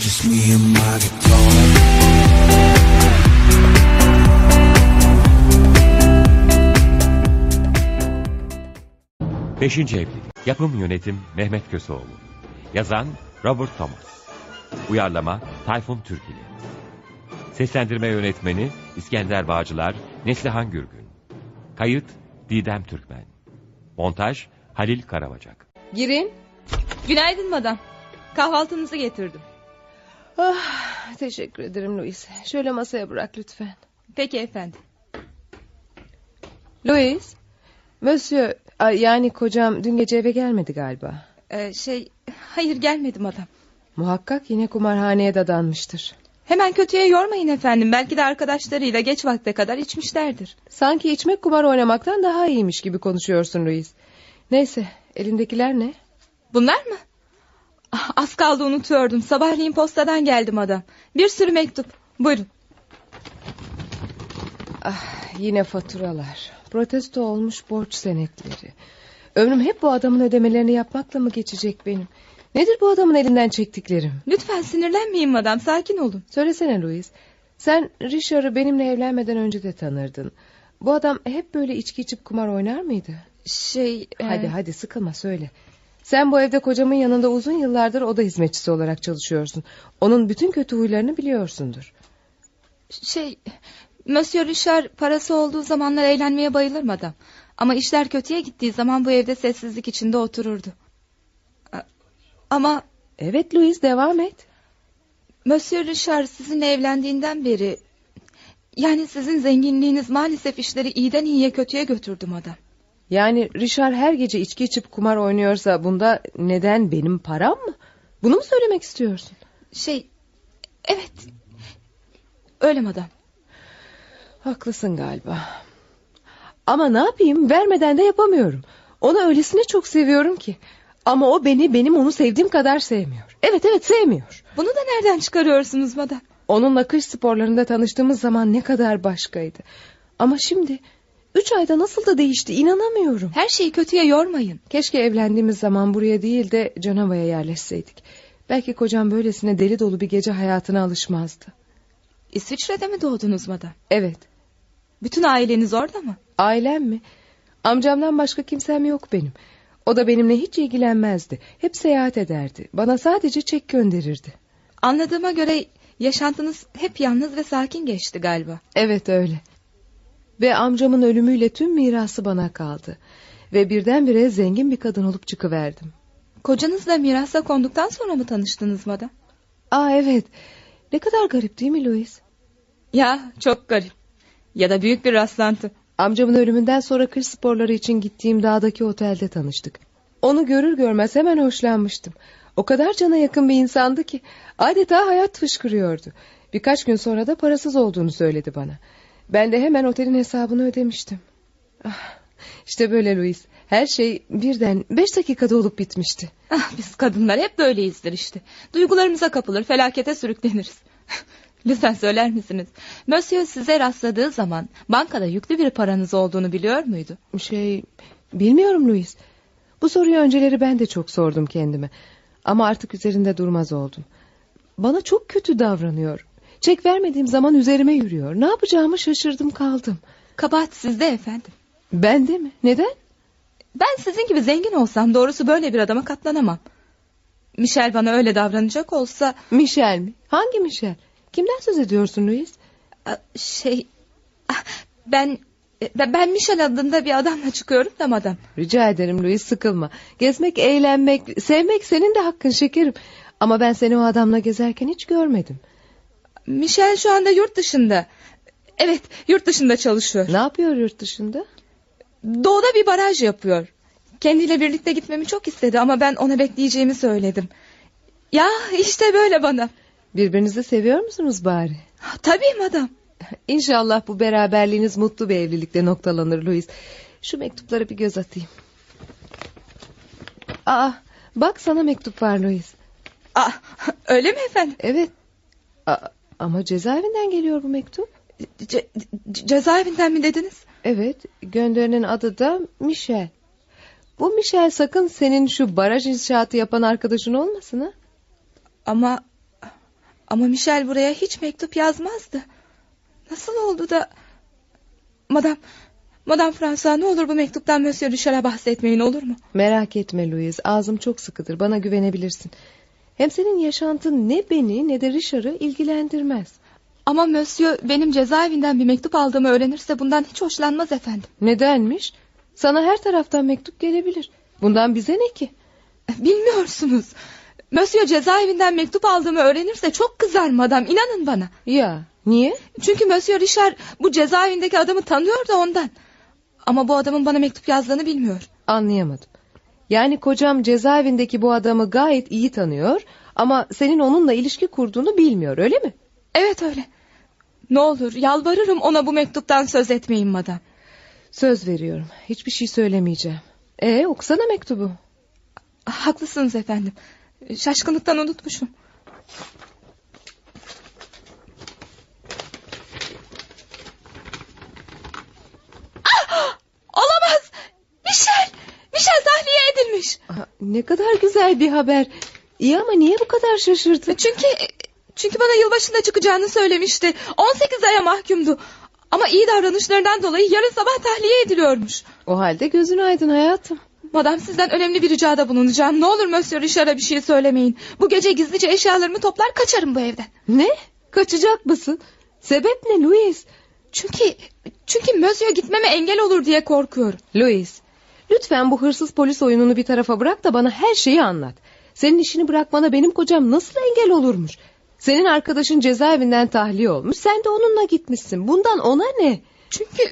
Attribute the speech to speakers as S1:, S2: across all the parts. S1: Just me and my guitar.
S2: Beşinci Evlilik Yapım Yönetim Mehmet Köseoğlu Yazan Robert Thomas Uyarlama Tayfun Türkili Seslendirme Yönetmeni İskender Bağcılar Neslihan Gürgün Kayıt Didem Türkmen Montaj Halil Karabacak
S3: Girin. Günaydın madam. Kahvaltınızı getirdim.
S4: Ah, teşekkür ederim Louis. Şöyle masaya bırak lütfen.
S3: Peki efendim.
S4: Louis, Monsieur, ay, yani kocam dün gece eve gelmedi galiba.
S3: Ee, şey, hayır gelmedi madam.
S4: Muhakkak yine kumarhaneye dadanmıştır.
S3: Hemen kötüye yormayın efendim. Belki de arkadaşlarıyla geç vakte kadar içmişlerdir.
S4: Sanki içmek kumar oynamaktan daha iyiymiş gibi konuşuyorsun Louis. Neyse, elindekiler ne?
S3: Bunlar mı? Ah, Az kaldı unutuyordum. Sabahleyin postadan geldi madam. Bir sürü mektup. Buyurun.
S4: Yine faturalar, protesto olmuş borç senetleri. Ömrüm hep bu adamın ödemelerini yapmakla mı geçecek benim? Nedir bu adamın elinden çektiklerim?
S3: Lütfen sinirlenmeyin madam. Sakin olun.
S4: Söylesene Louis. Sen Richard'ı benimle evlenmeden önce de tanırdın. Bu adam hep böyle içki içip kumar oynar mıydı?
S3: Şey... e,
S4: Hadi hadi sıkılma söyle. Sen bu evde kocamın yanında uzun yıllardır oda hizmetçisi olarak çalışıyorsun. Onun bütün kötü huylarını biliyorsundur.
S3: Şey... Monsieur Richard parası olduğu zamanlar eğlenmeye bayılır madam. Ama işler kötüye gittiği zaman bu evde sessizlik içinde otururdu. A- Ama
S4: Evet Louis devam et.
S3: Monsieur Richard sizinle evlendiğinden beri... Yani sizin zenginliğiniz maalesef işleri iyiden iyiye kötüye götürdü madam.
S4: Yani Richard her gece içki içip kumar oynuyorsa bunda neden benim param mı? Bunu mu söylemek istiyorsun?
S3: Şey... Evet. Öyle madam.
S4: Haklısın galiba. Ama ne yapayım vermeden de yapamıyorum. Onu öylesine çok seviyorum ki. Ama o beni benim onu sevdiğim kadar sevmiyor. Evet evet sevmiyor.
S3: Bunu da nereden çıkarıyorsunuz madam?
S4: Onunla kış sporlarında tanıştığımız zaman ne kadar başkaydı. Ama şimdi üç ayda nasıl da değişti inanamıyorum.
S3: Her şeyi kötüye yormayın.
S4: Keşke evlendiğimiz zaman buraya değil de Canova'ya yerleşseydik. Belki kocam böylesine deli dolu bir gece hayatına alışmazdı.
S3: İsviçre'de mi doğdunuz madam?
S4: Evet
S3: Bütün aileniz orada mı?
S4: Ailem mi? Amcamdan başka kimsem yok benim. O da benimle hiç ilgilenmezdi. Hep seyahat ederdi. Bana sadece çek gönderirdi.
S3: Anladığıma göre yaşantınız hep yalnız ve sakin geçti galiba.
S4: Evet öyle. Ve amcamın ölümüyle tüm mirası bana kaldı. Ve birdenbire zengin bir kadın olup çıkıverdim.
S3: Kocanızla mirasa konduktan sonra mı tanıştınız madam?
S4: Aa evet. Ne kadar garip değil mi Louis?
S3: Ya çok garip. Ya da büyük bir rastlantı.
S4: Amcamın ölümünden sonra kış sporları için gittiğim dağdaki otelde tanıştık. Onu görür görmez hemen hoşlanmıştım. O kadar cana yakın bir insandı ki adeta hayat fışkırıyordu. Birkaç gün sonra da parasız olduğunu söyledi bana. Ben de hemen otelin hesabını ödemiştim. Ah, işte böyle Louis. Her şey birden beş dakikada olup bitmişti.
S3: Ah, biz kadınlar hep böyleyizdir işte. Duygularımıza kapılır, felakete sürükleniriz. Lütfen söyler misiniz? Monsieur size rastladığı zaman bankada yüklü bir paranız olduğunu biliyor muydu?
S4: Şey bilmiyorum Louis. Bu soruyu önceleri ben de çok sordum kendime. Ama artık üzerinde durmaz oldum. Bana çok kötü davranıyor. Çek vermediğim zaman üzerime yürüyor. Ne yapacağımı şaşırdım kaldım.
S3: Kabahat sizde efendim.
S4: Ben de mi? Neden?
S3: Ben sizin gibi zengin olsam doğrusu böyle bir adama katlanamam. Michel bana öyle davranacak olsa
S4: Michel mi? Hangi Michel? Kimden söz ediyorsun Louis?
S3: a, şey ah, ben e, ben Michel adında bir adamla çıkıyorum da madam.
S4: Rica ederim Louis sıkılma. Gezmek, eğlenmek, sevmek senin de hakkın şekerim. Ama ben seni o adamla gezerken hiç görmedim.
S3: Michel şu anda yurt dışında. Evet, yurt dışında çalışıyor.
S4: Ne yapıyor yurt dışında?
S3: Doğuda bir baraj yapıyor. Kendiyle birlikte gitmemi çok istedi ama ben ona bekleyeceğimi söyledim. Ya işte böyle bana.
S4: Birbirinizi seviyor musunuz bari?
S3: Ha, Tabii madam.
S4: İnşallah bu beraberliğiniz mutlu bir evlilikte noktalanır Louis. Şu mektuplara bir göz atayım. Aa, bak sana mektup var Louis.
S3: Ah, öyle mi efendim?
S4: Evet. Aa, ama cezaevinden geliyor bu mektup.
S3: Ce- ce- cezaevinden mi dediniz?
S4: Evet, gönderenin adı da Michel. Bu Michel sakın senin şu baraj inşaatı yapan arkadaşın olmasın ha?
S3: Ama Ama Michel buraya hiç mektup yazmazdı. Nasıl oldu da... Madam, Madam Fransa ne olur bu mektuptan Monsieur Richard'a bahsetmeyin olur mu?
S4: Merak etme Louise ağzım çok sıkıdır bana güvenebilirsin. Hem senin yaşantın ne beni ne de Richard'ı ilgilendirmez.
S3: Ama Monsieur benim cezaevinden bir mektup aldığımı öğrenirse bundan hiç hoşlanmaz efendim.
S4: Nedenmiş? Sana her taraftan mektup gelebilir. Bundan bize ne ki?
S3: Bilmiyorsunuz. Monsieur cezaevinden mektup aldığımı öğrenirse çok kızar madam inanın bana.
S4: Ya niye?
S3: Çünkü Monsieur Richard bu cezaevindeki adamı tanıyor da ondan. Ama bu adamın bana mektup yazdığını bilmiyor.
S4: Anlayamadım. Yani kocam cezaevindeki bu adamı gayet iyi tanıyor ama senin onunla ilişki kurduğunu bilmiyor öyle mi?
S3: Evet öyle. Ne olur yalvarırım ona bu mektuptan söz etmeyin madam.
S4: Söz veriyorum hiçbir şey söylemeyeceğim. E okusana mektubu.
S3: Haklısınız efendim. Şaşkınlıktan unutmuşum. Ah! Olamaz! Michel! Michel tahliye edilmiş.
S4: Aa, ne kadar güzel bir haber. İyi ama niye bu kadar şaşırdın?
S3: Çünkü çünkü bana yılbaşında çıkacağını söylemişti. 18 aya mahkumdu. Ama iyi davranışlarından dolayı yarın sabah tahliye ediliyormuş.
S4: O halde gözün aydın hayatım.
S3: Madam sizden önemli bir ricada bulunacağım. Ne olur Monsieur Richard'a bir şey söylemeyin. Bu gece gizlice eşyalarımı toplar kaçarım bu evden.
S4: Ne? Kaçacak mısın? Sebep ne Louis?
S3: Çünkü çünkü Monsieur gitmeme engel olur diye korkuyorum.
S4: Louis, lütfen bu hırsız polis oyununu bir tarafa bırak da bana her şeyi anlat. Senin işini bırakmana benim kocam nasıl engel olurmuş? Senin arkadaşın cezaevinden tahliye olmuş. Sen de onunla gitmişsin. Bundan ona ne?
S3: Çünkü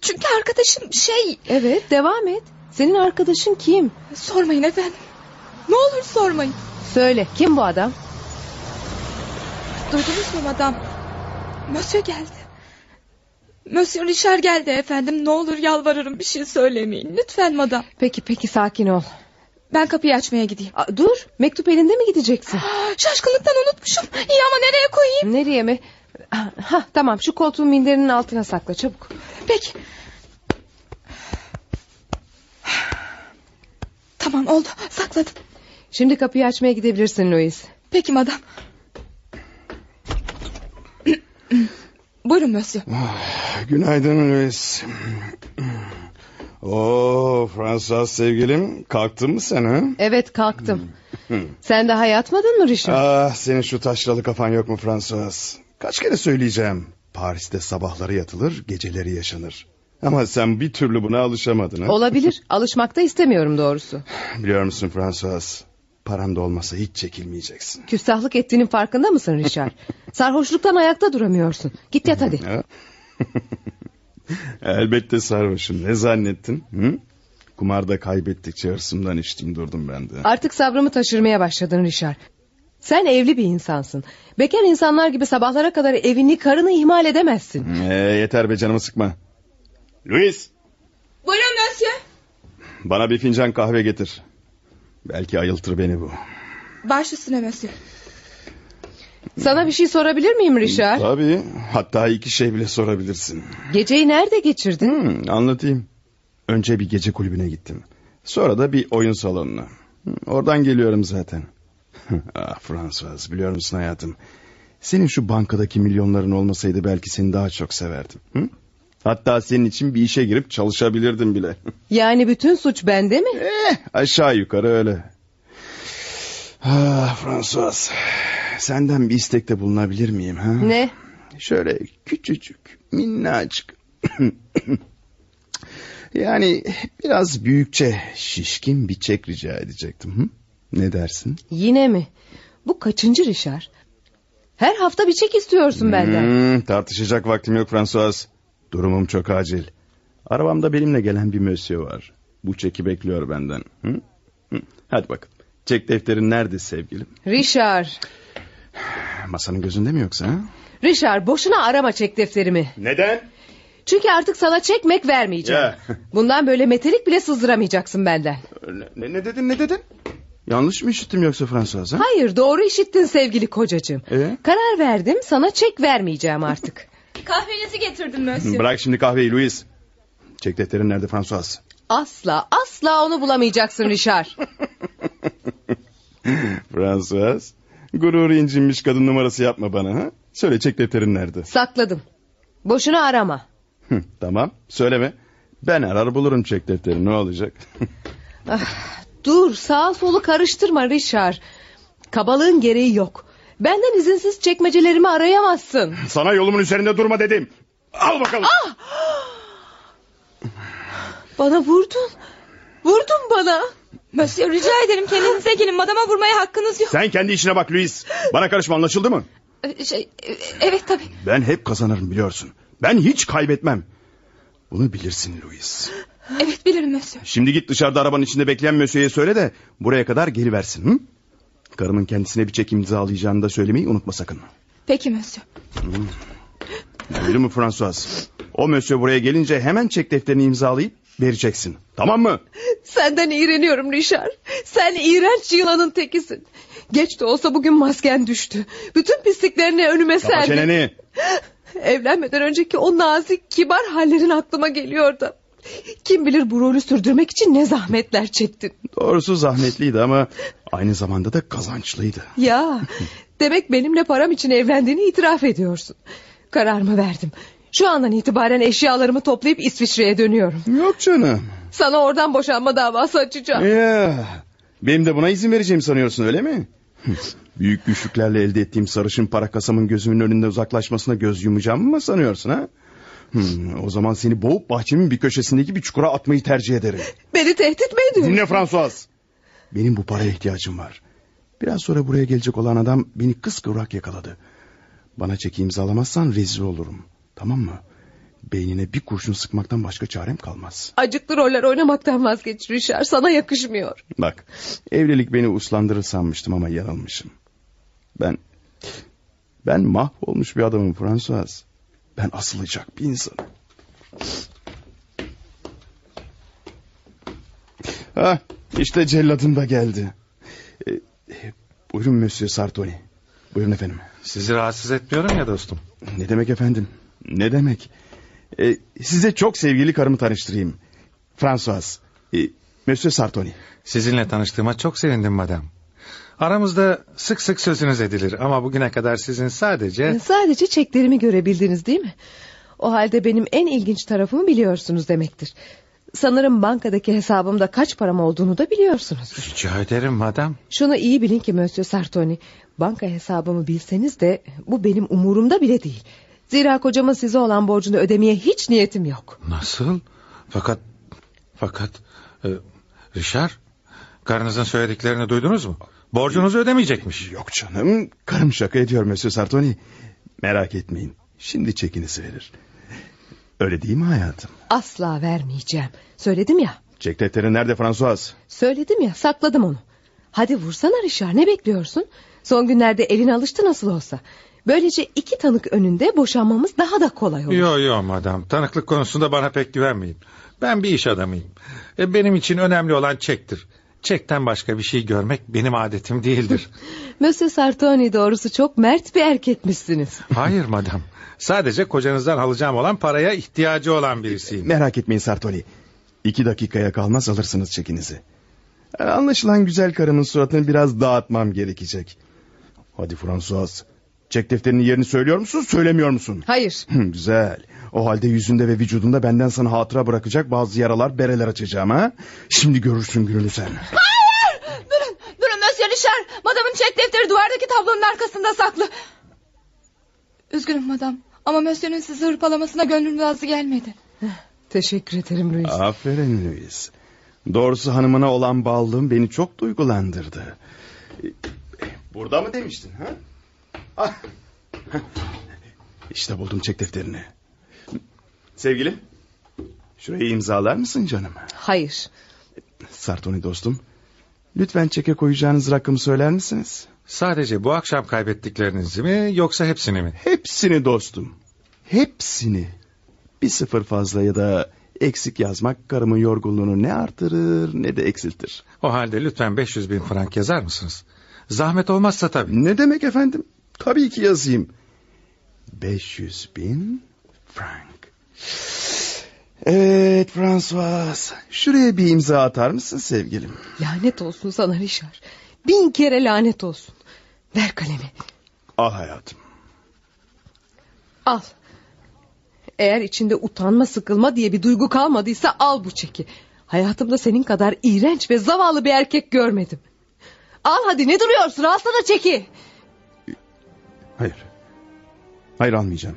S3: çünkü arkadaşım şey
S4: Evet, devam et. Senin arkadaşın kim?
S3: sormayın efendim. Ne olur sormayın.
S4: Söyle, kim bu adam?
S3: Duydunuz mu madam? Monsieur geldi. Monsieur Richard geldi efendim. Ne olur yalvarırım bir şey söylemeyin. Lütfen madam.
S4: Peki, peki sakin ol.
S3: Ben kapıyı açmaya gideyim.
S4: Aa, dur, mektup elinde mi gideceksin?
S3: Ah, Şaşkınlıktan unutmuşum. İyi ama nereye koyayım?
S4: Nereye mi? Ha, tamam, şu koltuğun minderinin altına sakla çabuk.
S3: Peki. Ah. Tamam oldu. Sakladım.
S4: Şimdi kapıyı açmaya gidebilirsin Louis.
S3: Peki madam. Buyurun Monsieur.
S1: Günaydın Louis. Oo Fransız sevgilim kalktın mı sen ha?
S4: Evet, kalktım. Sen daha yatmadın mı Richard?
S1: Ah senin şu taşralı kafan yok mu Fransız? Kaç kere söyleyeceğim. Paris'te sabahları yatılır geceleri yaşanır. Ama sen bir türlü buna alışamadın ha?
S4: Olabilir. Alışmakta istemiyorum doğrusu.
S1: Biliyor musun Fransız? Paran da olmasa hiç çekilmeyeceksin.
S4: Küstahlık ettiğinin farkında mısın Richard? Sarhoşluktan ayakta duramıyorsun. Git yat hadi.
S1: Ha? Elbette sarhoşum. Ne zannettin? Hı? Kumarda kaybettikçe hırsımdan içtim durdum ben de.
S4: Artık sabrımı taşırmaya başladın Richard. Sen evli bir insansın. Bekar insanlar gibi sabahlara kadar evini karını ihmal edemezsin.
S1: Ee, yeter be canımı sıkma. Luis
S3: Buyurun Monsieur.
S1: bana bir fincan kahve getir. Belki ayıltır beni bu.
S3: Baş üstüne Monsieur.
S4: Sana bir şey sorabilir miyim Richard?
S1: Tabii hatta iki şey bile sorabilirsin.
S4: Geceyi nerede geçirdin?
S1: Hmm, anlatayım. Önce bir gece kulübüne gittim. Sonra da bir oyun salonuna. Hmm, Oradan geliyorum zaten. ah Fransız biliyor musun hayatım? Senin şu bankadaki milyonların olmasaydı belki seni daha çok severdim. Hı? Hatta senin için bir işe girip çalışabilirdim bile.
S4: Yani bütün suç bende mi?
S1: Eh, aşağı yukarı öyle. Ah François, senden bir istekte bulunabilir miyim ha?
S4: Ne?
S1: Şöyle küçücük, minnacık. yani biraz büyükçe, şişkin bir çek rica edecektim. Hı? Ne dersin?
S4: Yine mi? Bu kaçıncı Richard? Her hafta bir çek istiyorsun benden.
S1: Hmm, tartışacak vaktim yok François. Durumum çok acil. Arabamda benimle gelen bir mösyö var. Bu çeki bekliyor benden. Hı? Hı. Hadi bakalım. Çek defterin nerede sevgilim?
S4: Richard.
S1: Masanın gözünde mi yoksa? ha?
S4: Richard boşuna arama çek defterimi.
S1: Neden?
S4: Çünkü artık sana çekmek vermeyeceğim.
S1: Ya.
S4: Bundan böyle metelik bile sızdıramayacaksın benden.
S1: Ne, ne dedin ne dedin? Yanlış mı işittim yoksa Fransız ha?
S4: Hayır doğru işittin sevgili kocacığım.
S1: Ee?
S4: Karar verdim sana çek vermeyeceğim artık.
S3: Kahvenizi getirdim Monsieur.
S1: Bırak şimdi kahveyi Louis. Çek defterin nerede Fransız?
S4: asla asla onu bulamayacaksın Richard.
S1: Fransız Gururu incinmiş kadın numarası yapma bana. Ha? Söyle çek defterin nerede?
S4: Sakladım. Boşuna arama.
S1: Hı, tamam söyleme. Ben arar bulurum çek defterini ne olacak?
S4: Dur sağ solu karıştırma Richard. Kabalığın gereği yok. Benden izinsiz çekmecelerimi arayamazsın.
S1: Sana yolumun üzerinde durma dedim. Al bakalım.
S4: Bana vurdun. Vurdun bana.
S3: Monsieur rica ederim kendinize gelin. Madama vurmaya hakkınız yok.
S1: Sen kendi işine bak Luis. Bana karışma anlaşıldı mı?
S3: Ee, Şey, e- evet tabii.
S1: Ben hep kazanırım biliyorsun. Ben hiç kaybetmem. Bunu bilirsin Louis.
S3: Evet bilirim Monsieur.
S1: Şimdi git dışarıda arabanın içinde bekleyen Mösyö'ye söyle de buraya kadar geri versin. Hı? Karımın kendisine bir çek imzalayacağını da söylemeyi unutma sakın.
S3: Peki Monsieur.
S1: Duydun mu François? O Mösyö buraya gelince hemen çek defterini imzalayıp vereceksin. Tamam mı?
S4: Senden iğreniyorum Richard. Sen iğrenç yılanın tekisin. Geç de olsa bugün masken düştü. Bütün pisliklerini önüme
S1: Kapa
S4: serdin.
S1: çeneni.
S4: Evlenmeden önceki o nazik kibar hallerin aklıma geliyordu. Kim bilir bu rolü sürdürmek için ne zahmetler çektin.
S1: Doğrusu zahmetliydi ama aynı zamanda da kazançlıydı.
S4: Ya demek benimle param için evlendiğini itiraf ediyorsun. Kararımı verdim. Şu andan itibaren eşyalarımı toplayıp İsviçre'ye dönüyorum.
S1: Yok canım.
S4: Sana oradan boşanma davası açacağım.
S1: E? Ya, benim de buna izin vereceğimi sanıyorsun öyle mi? Büyük güçlüklerle elde ettiğim sarışın para kasamın gözümün önünde uzaklaşmasına göz yumacağımı mı sanıyorsun ha? Hmm, o zaman seni boğup bahçemin bir köşesindeki bir çukura atmayı tercih ederim.
S4: Beni tehdit mi ediyorsun?
S1: Dinle François. Benim bu paraya ihtiyacım var. Biraz sonra buraya gelecek olan adam beni kıskıvrak yakaladı. Bana çeki imzalamazsan rezil olurum. Tamam mı? Beynine bir kurşun sıkmaktan başka çarem kalmaz.
S4: Acıklı roller oynamaktan vazgeç Richard. Sana yakışmıyor.
S1: Bak evlilik beni uslandırır sanmıştım ama yanılmışım. Ben ben mahvolmuş bir adamım François. Ben asılacak bir insanım. Ha, Ah, işte celladın da geldi. Ee, e, buyurun Monsieur Sartoni. Buyurun efendim.
S5: Sizi rahatsız etmiyorum ya dostum.
S1: Ne demek efendim? Ne demek? Ee, size çok sevgili karımı tanıştırayım. François. Ee, Monsieur Sartoni.
S5: Sizinle tanıştığıma çok sevindim madem. Aramızda sık sık sözünüz edilir ama bugüne kadar sizin sadece...
S4: Ee, Sadece çeklerimi görebildiniz değil mi? O halde benim en ilginç tarafımı biliyorsunuz demektir. Sanırım bankadaki hesabımda kaç param olduğunu da biliyorsunuz.
S5: Rica ederim madem.
S4: Şunu iyi bilin ki Monsieur Sartoni, banka hesabımı bilseniz de bu benim umurumda bile değil. Zira kocamın size olan borcunu ödemeye hiç niyetim yok.
S5: Nasıl? Fakat... Fakat... E, Richard... Karınızın söylediklerini duydunuz mu? Borcunuzu ödemeyecekmiş.
S1: Yok canım, karım şaka ediyor Monsieur Sartoni. Merak etmeyin, şimdi çekinizi verir. Öyle değil mi hayatım?
S4: Asla vermeyeceğim. Söyledim ya,
S1: Çek defteri nerede François?
S4: söyledim ya, sakladım onu. Hadi vursana Richard, ne bekliyorsun? Son günlerde elin alıştı nasıl olsa. Böylece iki tanık önünde boşanmamız daha da kolay olur.
S5: Yok yok madam. Tanıklık konusunda bana pek güvenmeyin. Ben bir iş adamıyım. E, benim için önemli olan çektir. Çekten başka bir şey görmek benim adetim değildir.
S4: Monsieur Sartoni doğrusu çok mert bir erkekmişsiniz.
S5: Hayır madam. Sadece kocanızdan alacağım olan paraya ihtiyacı olan birisiyim.
S1: Merak etmeyin Sartoni. İki dakikaya kalmaz alırsınız çekinizi. Anlaşılan güzel karımın suratını biraz dağıtmam gerekecek. Hadi François, çek defterinin yerini söylüyor musun, söylemiyor musun?
S4: Hayır,
S1: Hı, Güzel. O halde yüzünde ve vücudunda benden sana hatıra bırakacak bazı yaralar, bereler açacağım ha? Şimdi görürsün gününü sen.
S3: Durun Monsieur Richard. Madamın çek defteri duvardaki tablonun arkasında saklı. Üzgünüm madam. Ama Monsieur'ün sizi hırpalamasına gönlüm razı gelmedi.
S4: teşekkür ederim Louis.
S1: Aferin Louis. Doğrusu hanımına olan bağlılığın beni çok duygulandırdı. Burada mı demiştin? Ha? Ah. İşte buldum çek defterini. Sevgilim. Şurayı imzalar mısın canım?
S4: Hayır,
S1: Sartoni dostum. Lütfen çeke koyacağınız rakamı söyler misiniz?
S5: Sadece bu akşam kaybettiklerinizi mi yoksa hepsini mi?
S1: Hepsini dostum. Hepsini. Bir sıfır fazla ya da eksik yazmak karımın yorgunluğunu ne artırır ne de eksiltir.
S5: O halde lütfen 500 bin frank yazar mısınız? Zahmet olmazsa tabii.
S1: Ne demek efendim? Tabii ki yazayım. 500 bin frank. Evet François. Şuraya bir imza atar mısın sevgilim?
S4: Lanet olsun sana Richard. Bin kere lanet olsun. Ver kalemi.
S1: Al hayatım.
S4: Al. Eğer içinde utanma sıkılma diye bir duygu kalmadıysa al bu çeki. Hayatımda senin kadar iğrenç ve zavallı bir erkek görmedim. Al hadi ne duruyorsun alsana çeki.
S1: Hayır. Hayır almayacağım.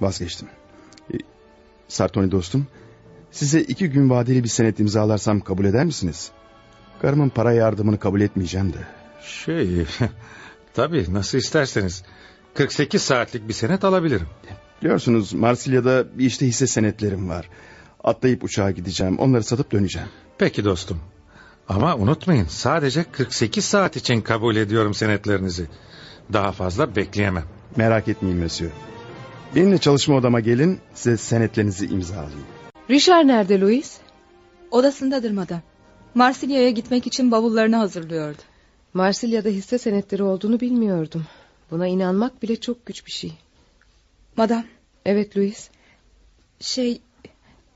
S1: Vazgeçtim. E, Sartoni dostum, size iki gün vadeli bir senet imzalarsam kabul eder misiniz? Karımın para yardımını kabul etmeyeceğim de.
S5: Şey, tabii nasıl isterseniz. 48 saatlik bir senet alabilirim.
S1: Biliyorsunuz Marsilya'da bir işte hisse senetlerim var. Atlayıp uçağa gideceğim, onları satıp döneceğim.
S5: Peki dostum. Ama unutmayın sadece 48 saat için kabul ediyorum senetlerinizi. Daha fazla bekleyemem.
S1: Merak etmeyin Mesut. Benimle çalışma odama gelin, size senetlerinizi imzalayayım.
S4: Richard nerede Louis?
S3: Odasındadır madam. Marsilya'ya gitmek için bavullarını hazırlıyordu.
S4: Marsilya'da hisse senetleri olduğunu bilmiyordum. Buna inanmak bile çok güç bir şey.
S3: Madam
S4: Evet Louis.
S3: şey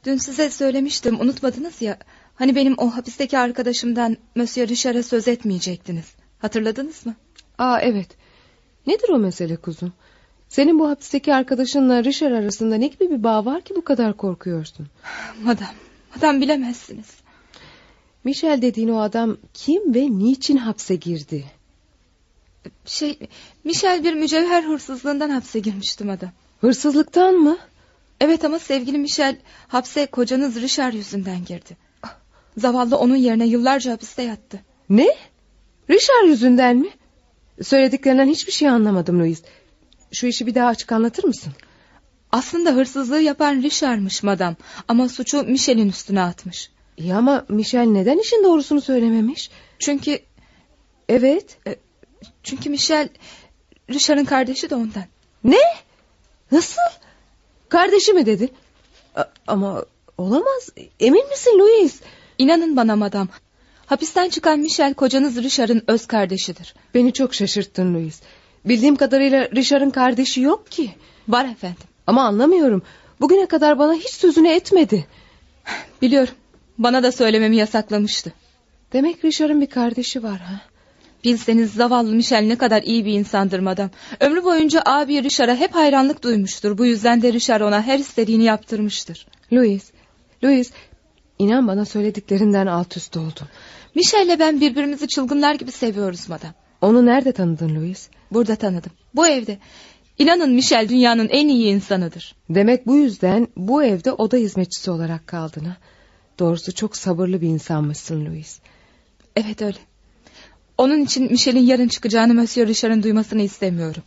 S3: dün size söylemiştim unutmadınız ya. Hani benim o hapisteki arkadaşımdan Monsieur Richard'a söz etmeyecektiniz. Hatırladınız mı?
S4: Aa evet. Nedir o mesele kuzum? Senin bu hapisteki arkadaşınla Richard arasında ne gibi bir bağ var ki bu kadar korkuyorsun?
S3: Madam, madam bilemezsiniz.
S4: Michel dediğin o adam kim ve niçin hapse girdi?
S3: Şey, Michel bir mücevher hırsızlığından hapse girmişti madam.
S4: Hırsızlıktan mı?
S3: Evet ama sevgili Michel hapse kocanız Richard yüzünden girdi. Ah, Zavallı onun yerine yıllarca hapiste yattı.
S4: Ne? Richard yüzünden mi? Söylediklerinden hiçbir şey anlamadım Louis. Şu işi bir daha açık anlatır mısın?
S3: Aslında hırsızlığı yapan Richard'mış madam ama suçu Michel'in üstüne atmış.
S4: İyi ama Michel neden işin doğrusunu söylememiş?
S3: Çünkü
S4: Evet. E,
S3: çünkü Michel Richard'ın kardeşi de ondan.
S4: Ne? Nasıl? Kardeşi mi dedi? A- ama olamaz. Emin misin Louis?
S3: İnanın bana madam. Hapisten çıkan Michel kocanız Richard'ın öz kardeşidir.
S4: Beni çok şaşırttın Louis. Bildiğim kadarıyla Richard'ın kardeşi yok ki.
S3: Var efendim.
S4: Ama anlamıyorum. Bugüne kadar bana hiç sözünü etmedi.
S3: Biliyorum. Bana da söylememi yasaklamıştı.
S4: Demek Richard'ın bir kardeşi var ha?
S3: Bilseniz zavallı Michel ne kadar iyi bir insandır madam. Ömrü boyunca abi Richard'a hep hayranlık duymuştur. Bu yüzden de Richard ona her istediğini yaptırmıştır.
S4: Louis, Louis, inan bana söylediklerinden alt üst oldum.
S3: Michel'le ben birbirimizi çılgınlar gibi seviyoruz madam.
S4: Onu nerede tanıdın Louis?
S3: Burada tanıdım. Bu evde. İnanın Michel dünyanın en iyi insanıdır.
S4: Demek bu yüzden bu evde oda hizmetçisi olarak kaldın ha? Doğrusu çok sabırlı bir insanmışsın Louis.
S3: Evet öyle. Onun için Michel'in yarın çıkacağını Monsieur Richard'ın duymasını istemiyorum.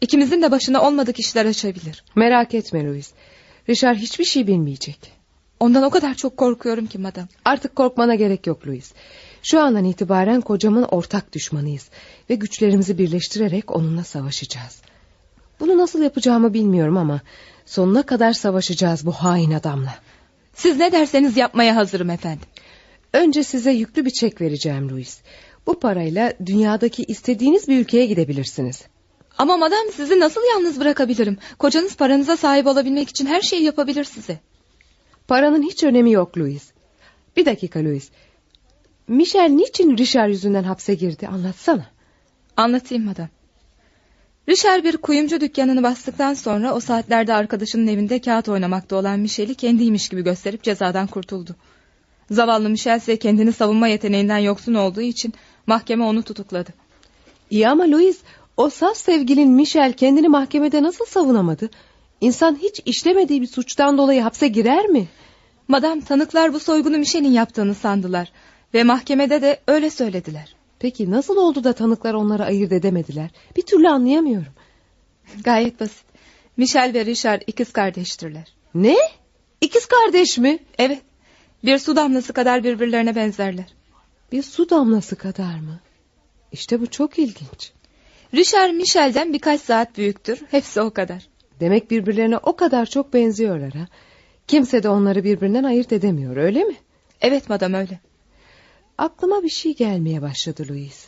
S3: İkimizin de başına olmadık işler açabilir.
S4: Merak etme Louis. Richard hiçbir şey bilmeyecek.
S3: Ondan o kadar çok korkuyorum ki madam.
S4: Artık korkmana gerek yok Louis. Şu andan itibaren kocamın ortak düşmanıyız. Ve güçlerimizi birleştirerek onunla savaşacağız. Bunu nasıl yapacağımı bilmiyorum ama... ...sonuna kadar savaşacağız bu hain adamla.
S3: Siz ne derseniz yapmaya hazırım efendim.
S4: Önce size yüklü bir çek vereceğim Louis. Bu parayla dünyadaki istediğiniz bir ülkeye gidebilirsiniz.
S3: Ama madam sizi nasıl yalnız bırakabilirim? Kocanız paranıza sahip olabilmek için her şeyi yapabilir size.
S4: Paranın hiç önemi yok Louis. Bir dakika Louis. Michel niçin Richard yüzünden hapse girdi anlatsana.
S3: Anlatayım madam. Richard bir kuyumcu dükkanını bastıktan sonra o saatlerde arkadaşının evinde kağıt oynamakta olan Michel'i kendiymiş gibi gösterip cezadan kurtuldu. Zavallı Michel ise kendini savunma yeteneğinden yoksun olduğu için mahkeme onu tutukladı.
S4: İyi ama Louis o saf sevgilin Michel kendini mahkemede nasıl savunamadı? İnsan hiç işlemediği bir suçtan dolayı hapse girer mi?
S3: Madam tanıklar bu soygunu Michel'in yaptığını sandılar ve mahkemede de öyle söylediler.
S4: Peki nasıl oldu da tanıklar onları ayırt edemediler? Bir türlü anlayamıyorum.
S3: Gayet basit. Michel ve Richard ikiz kardeştirler.
S4: Ne? İkiz kardeş mi?
S3: Evet. Bir su damlası kadar birbirlerine benzerler.
S4: Bir su damlası kadar mı? İşte bu çok ilginç.
S3: Richard Michel'den birkaç saat büyüktür. Hepsi o kadar.
S4: Demek birbirlerine o kadar çok benziyorlar ha. Kimse de onları birbirinden ayırt edemiyor öyle mi?
S3: Evet madam öyle.
S4: Aklıma bir şey gelmeye başladı Louis.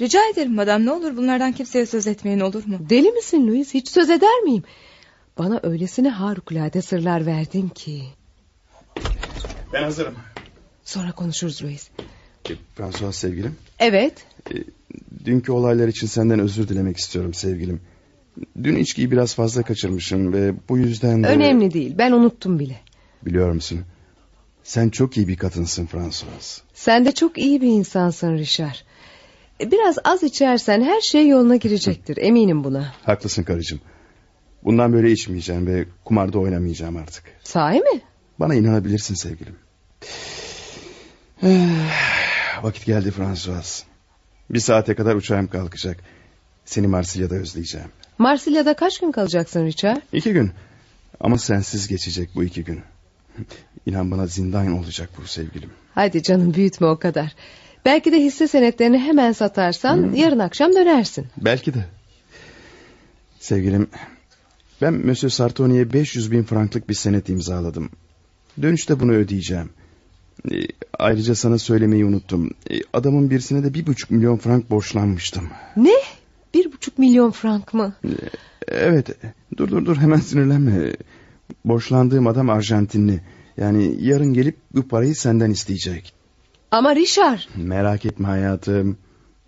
S3: Rica ederim madam ne olur bunlardan kimseye söz etmeyin olur mu?
S4: Deli misin Louis hiç söz eder miyim? Bana öylesine harikulade sırlar verdin ki.
S1: Ben hazırım.
S4: Sonra konuşuruz Louis.
S1: François sevgilim,
S4: Evet.
S1: e, Dünkü olaylar için senden özür dilemek istiyorum sevgilim. Dün içkiyi biraz fazla kaçırmışım ve bu yüzden de...
S4: Önemli değil ben unuttum bile.
S1: Biliyor musun? Sen çok iyi bir kadınsın François.
S4: Sen de çok iyi bir insansın Rişar. Biraz az içersen her şey yoluna girecektir eminim buna.
S1: Haklısın karıcığım. Bundan böyle içmeyeceğim ve kumarda oynamayacağım artık.
S4: Sahi mi?
S1: Bana inanabilirsin sevgilim. Eh, Vakit geldi François. Bir saate kadar uçağım kalkacak. Seni Marsilya'da özleyeceğim.
S4: Marsilya'da kaç gün kalacaksın Rişar?
S1: İki gün. Ama sensiz geçecek bu iki gün. İnan bana zindan olacak bu sevgilim.
S4: Hadi canım büyütme o kadar. Belki de hisse senetlerini hemen satarsan yarın akşam dönersin.
S1: Belki de. Sevgilim, ben Monsieur Sartoni'ye 500 bin franklık bir senet imzaladım. Dönüşte bunu ödeyeceğim. E, ayrıca sana söylemeyi unuttum. E, adamın birisine de bir buçuk milyon frank borçlanmıştım.
S4: Ne? Bir buçuk milyon frank mı?
S1: Evet, dur dur dur hemen sinirlenme. Borçlandığım adam Arjantinli. Yani yarın gelip bu parayı senden isteyecek.
S4: Ama Rişar,
S1: Merak etme hayatım.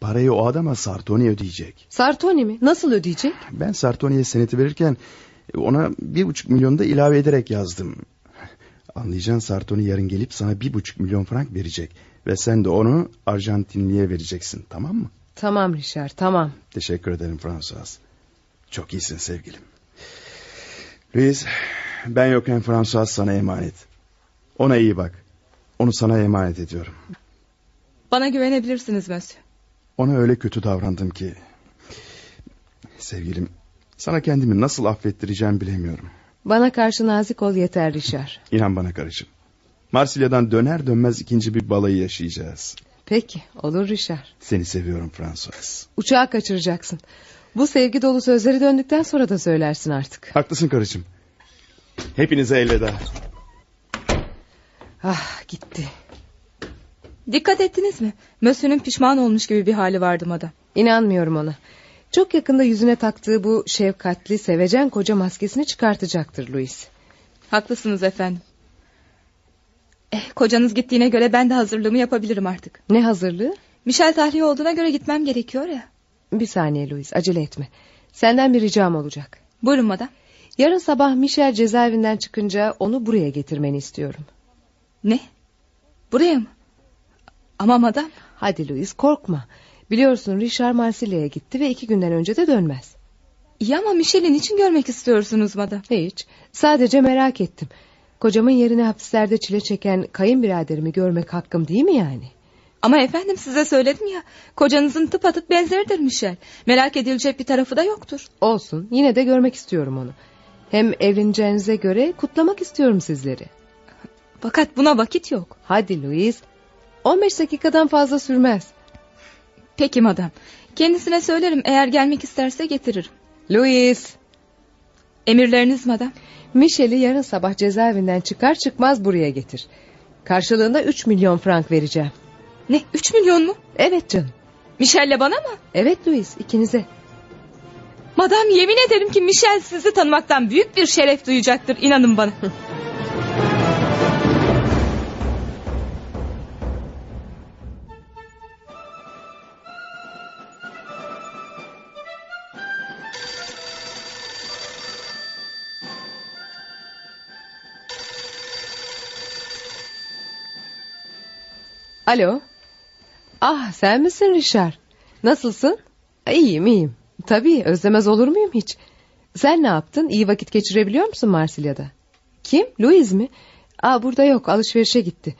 S1: Parayı o adama Sartoni ödeyecek.
S4: Sartoni mi? Nasıl ödeyecek?
S1: Ben Sartoni'ye seneti verirken ona bir buçuk milyon da ilave ederek yazdım. Anlayacaksın Sartoni yarın gelip sana bir buçuk milyon frank verecek. Ve sen de onu Arjantinli'ye vereceksin tamam mı?
S4: Tamam Rişar, tamam.
S1: Teşekkür ederim François. Çok iyisin sevgilim. Luis ben yokken François sana emanet. Ona iyi bak. Onu sana emanet ediyorum.
S3: Bana güvenebilirsiniz Mösyö.
S1: Ona öyle kötü davrandım ki... Sevgilim sana kendimi nasıl affettireceğim bilemiyorum.
S4: Bana karşı nazik ol yeter Rişar.
S1: İnan bana karıcığım. Marsilya'dan döner dönmez ikinci bir balayı yaşayacağız.
S4: Peki, olur Rişar.
S1: Seni seviyorum François.
S4: Uçağı kaçıracaksın. Bu sevgi dolu sözleri döndükten sonra da söylersin artık.
S1: Haklısın karıcığım. Hepinize elveda.
S4: Ah gitti.
S3: Dikkat ettiniz mi? Mösyö'nün pişman olmuş gibi bir hali vardı madam.
S4: İnanmıyorum ona. Çok yakında yüzüne taktığı bu şefkatli, sevecen koca maskesini çıkartacaktır Louis.
S3: Haklısınız efendim. Eh, kocanız gittiğine göre ben de hazırlığımı yapabilirim artık.
S4: Ne hazırlığı?
S3: Michel tahliye olduğuna göre gitmem gerekiyor ya.
S4: Bir saniye Louis, acele etme. Senden bir ricam olacak.
S3: Buyurun madam.
S4: Yarın sabah Michel cezaevinden çıkınca onu buraya getirmeni istiyorum.
S3: Ne? Buraya mı? Ama madam.
S4: Hadi Louis korkma. Biliyorsun Richard Marsilya'ya gitti ve iki günden önce de dönmez.
S3: İyi ama Michel'i niçin görmek istiyorsunuz madam?
S4: Hiç. Sadece merak ettim. Kocamın yerine hapislerde çile çeken kayınbiraderimi görmek hakkım değil mi yani?
S3: Ama efendim size söyledim ya. Kocanızın tıpatıp benzeridir Michel. Merak edilecek bir tarafı da yoktur.
S4: Olsun. Yine de görmek istiyorum onu. Hem evleneceğinize göre kutlamak istiyorum sizleri.
S3: Fakat buna vakit yok.
S4: Hadi Louise. 15 dakikadan fazla sürmez.
S3: Peki madam. Kendisine söylerim eğer gelmek isterse getiririm.
S4: Louise.
S3: Emirleriniz madam.
S4: Michel'i yarın sabah cezaevinden çıkar çıkmaz buraya getir. Karşılığında 3 milyon frank vereceğim.
S3: Ne? Üç milyon mu?
S4: Evet canım.
S3: Michel'le bana mı?
S4: Evet Louise ikinize.
S3: Madam yemin ederim ki Michel sizi tanımaktan büyük bir şeref duyacaktır. inanın bana.
S4: Alo. Ah sen misin Richard? Nasılsın? İyiyim iyiyim. Tabii özlemez olur muyum hiç? Sen ne yaptın? İyi vakit geçirebiliyor musun Marsilya'da? Kim? Louise mi? Aa burada yok alışverişe gitti.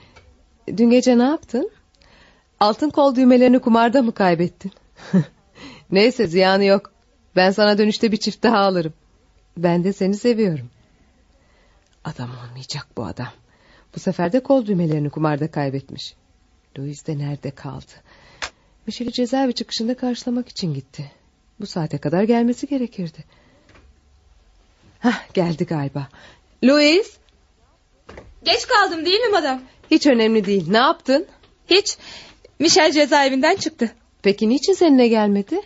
S4: Dün gece ne yaptın? Altın kol düğmelerini kumarda mı kaybettin? Neyse ziyanı yok. Ben sana dönüşte bir çift daha alırım. Ben de seni seviyorum. Adam olmayacak bu adam. Bu sefer de kol düğmelerini kumarda kaybetmiş. Louis de nerede kaldı? Michel'i cezaevi çıkışında karşılamak için gitti. Bu saate kadar gelmesi gerekirdi. Hah geldi galiba. Louis
S3: Geç kaldım değil mi madam?
S4: hiç önemli değil. Ne yaptın?
S3: Hiç. Michel cezaevinden çıktı.
S4: Peki niçin seninle gelmedi?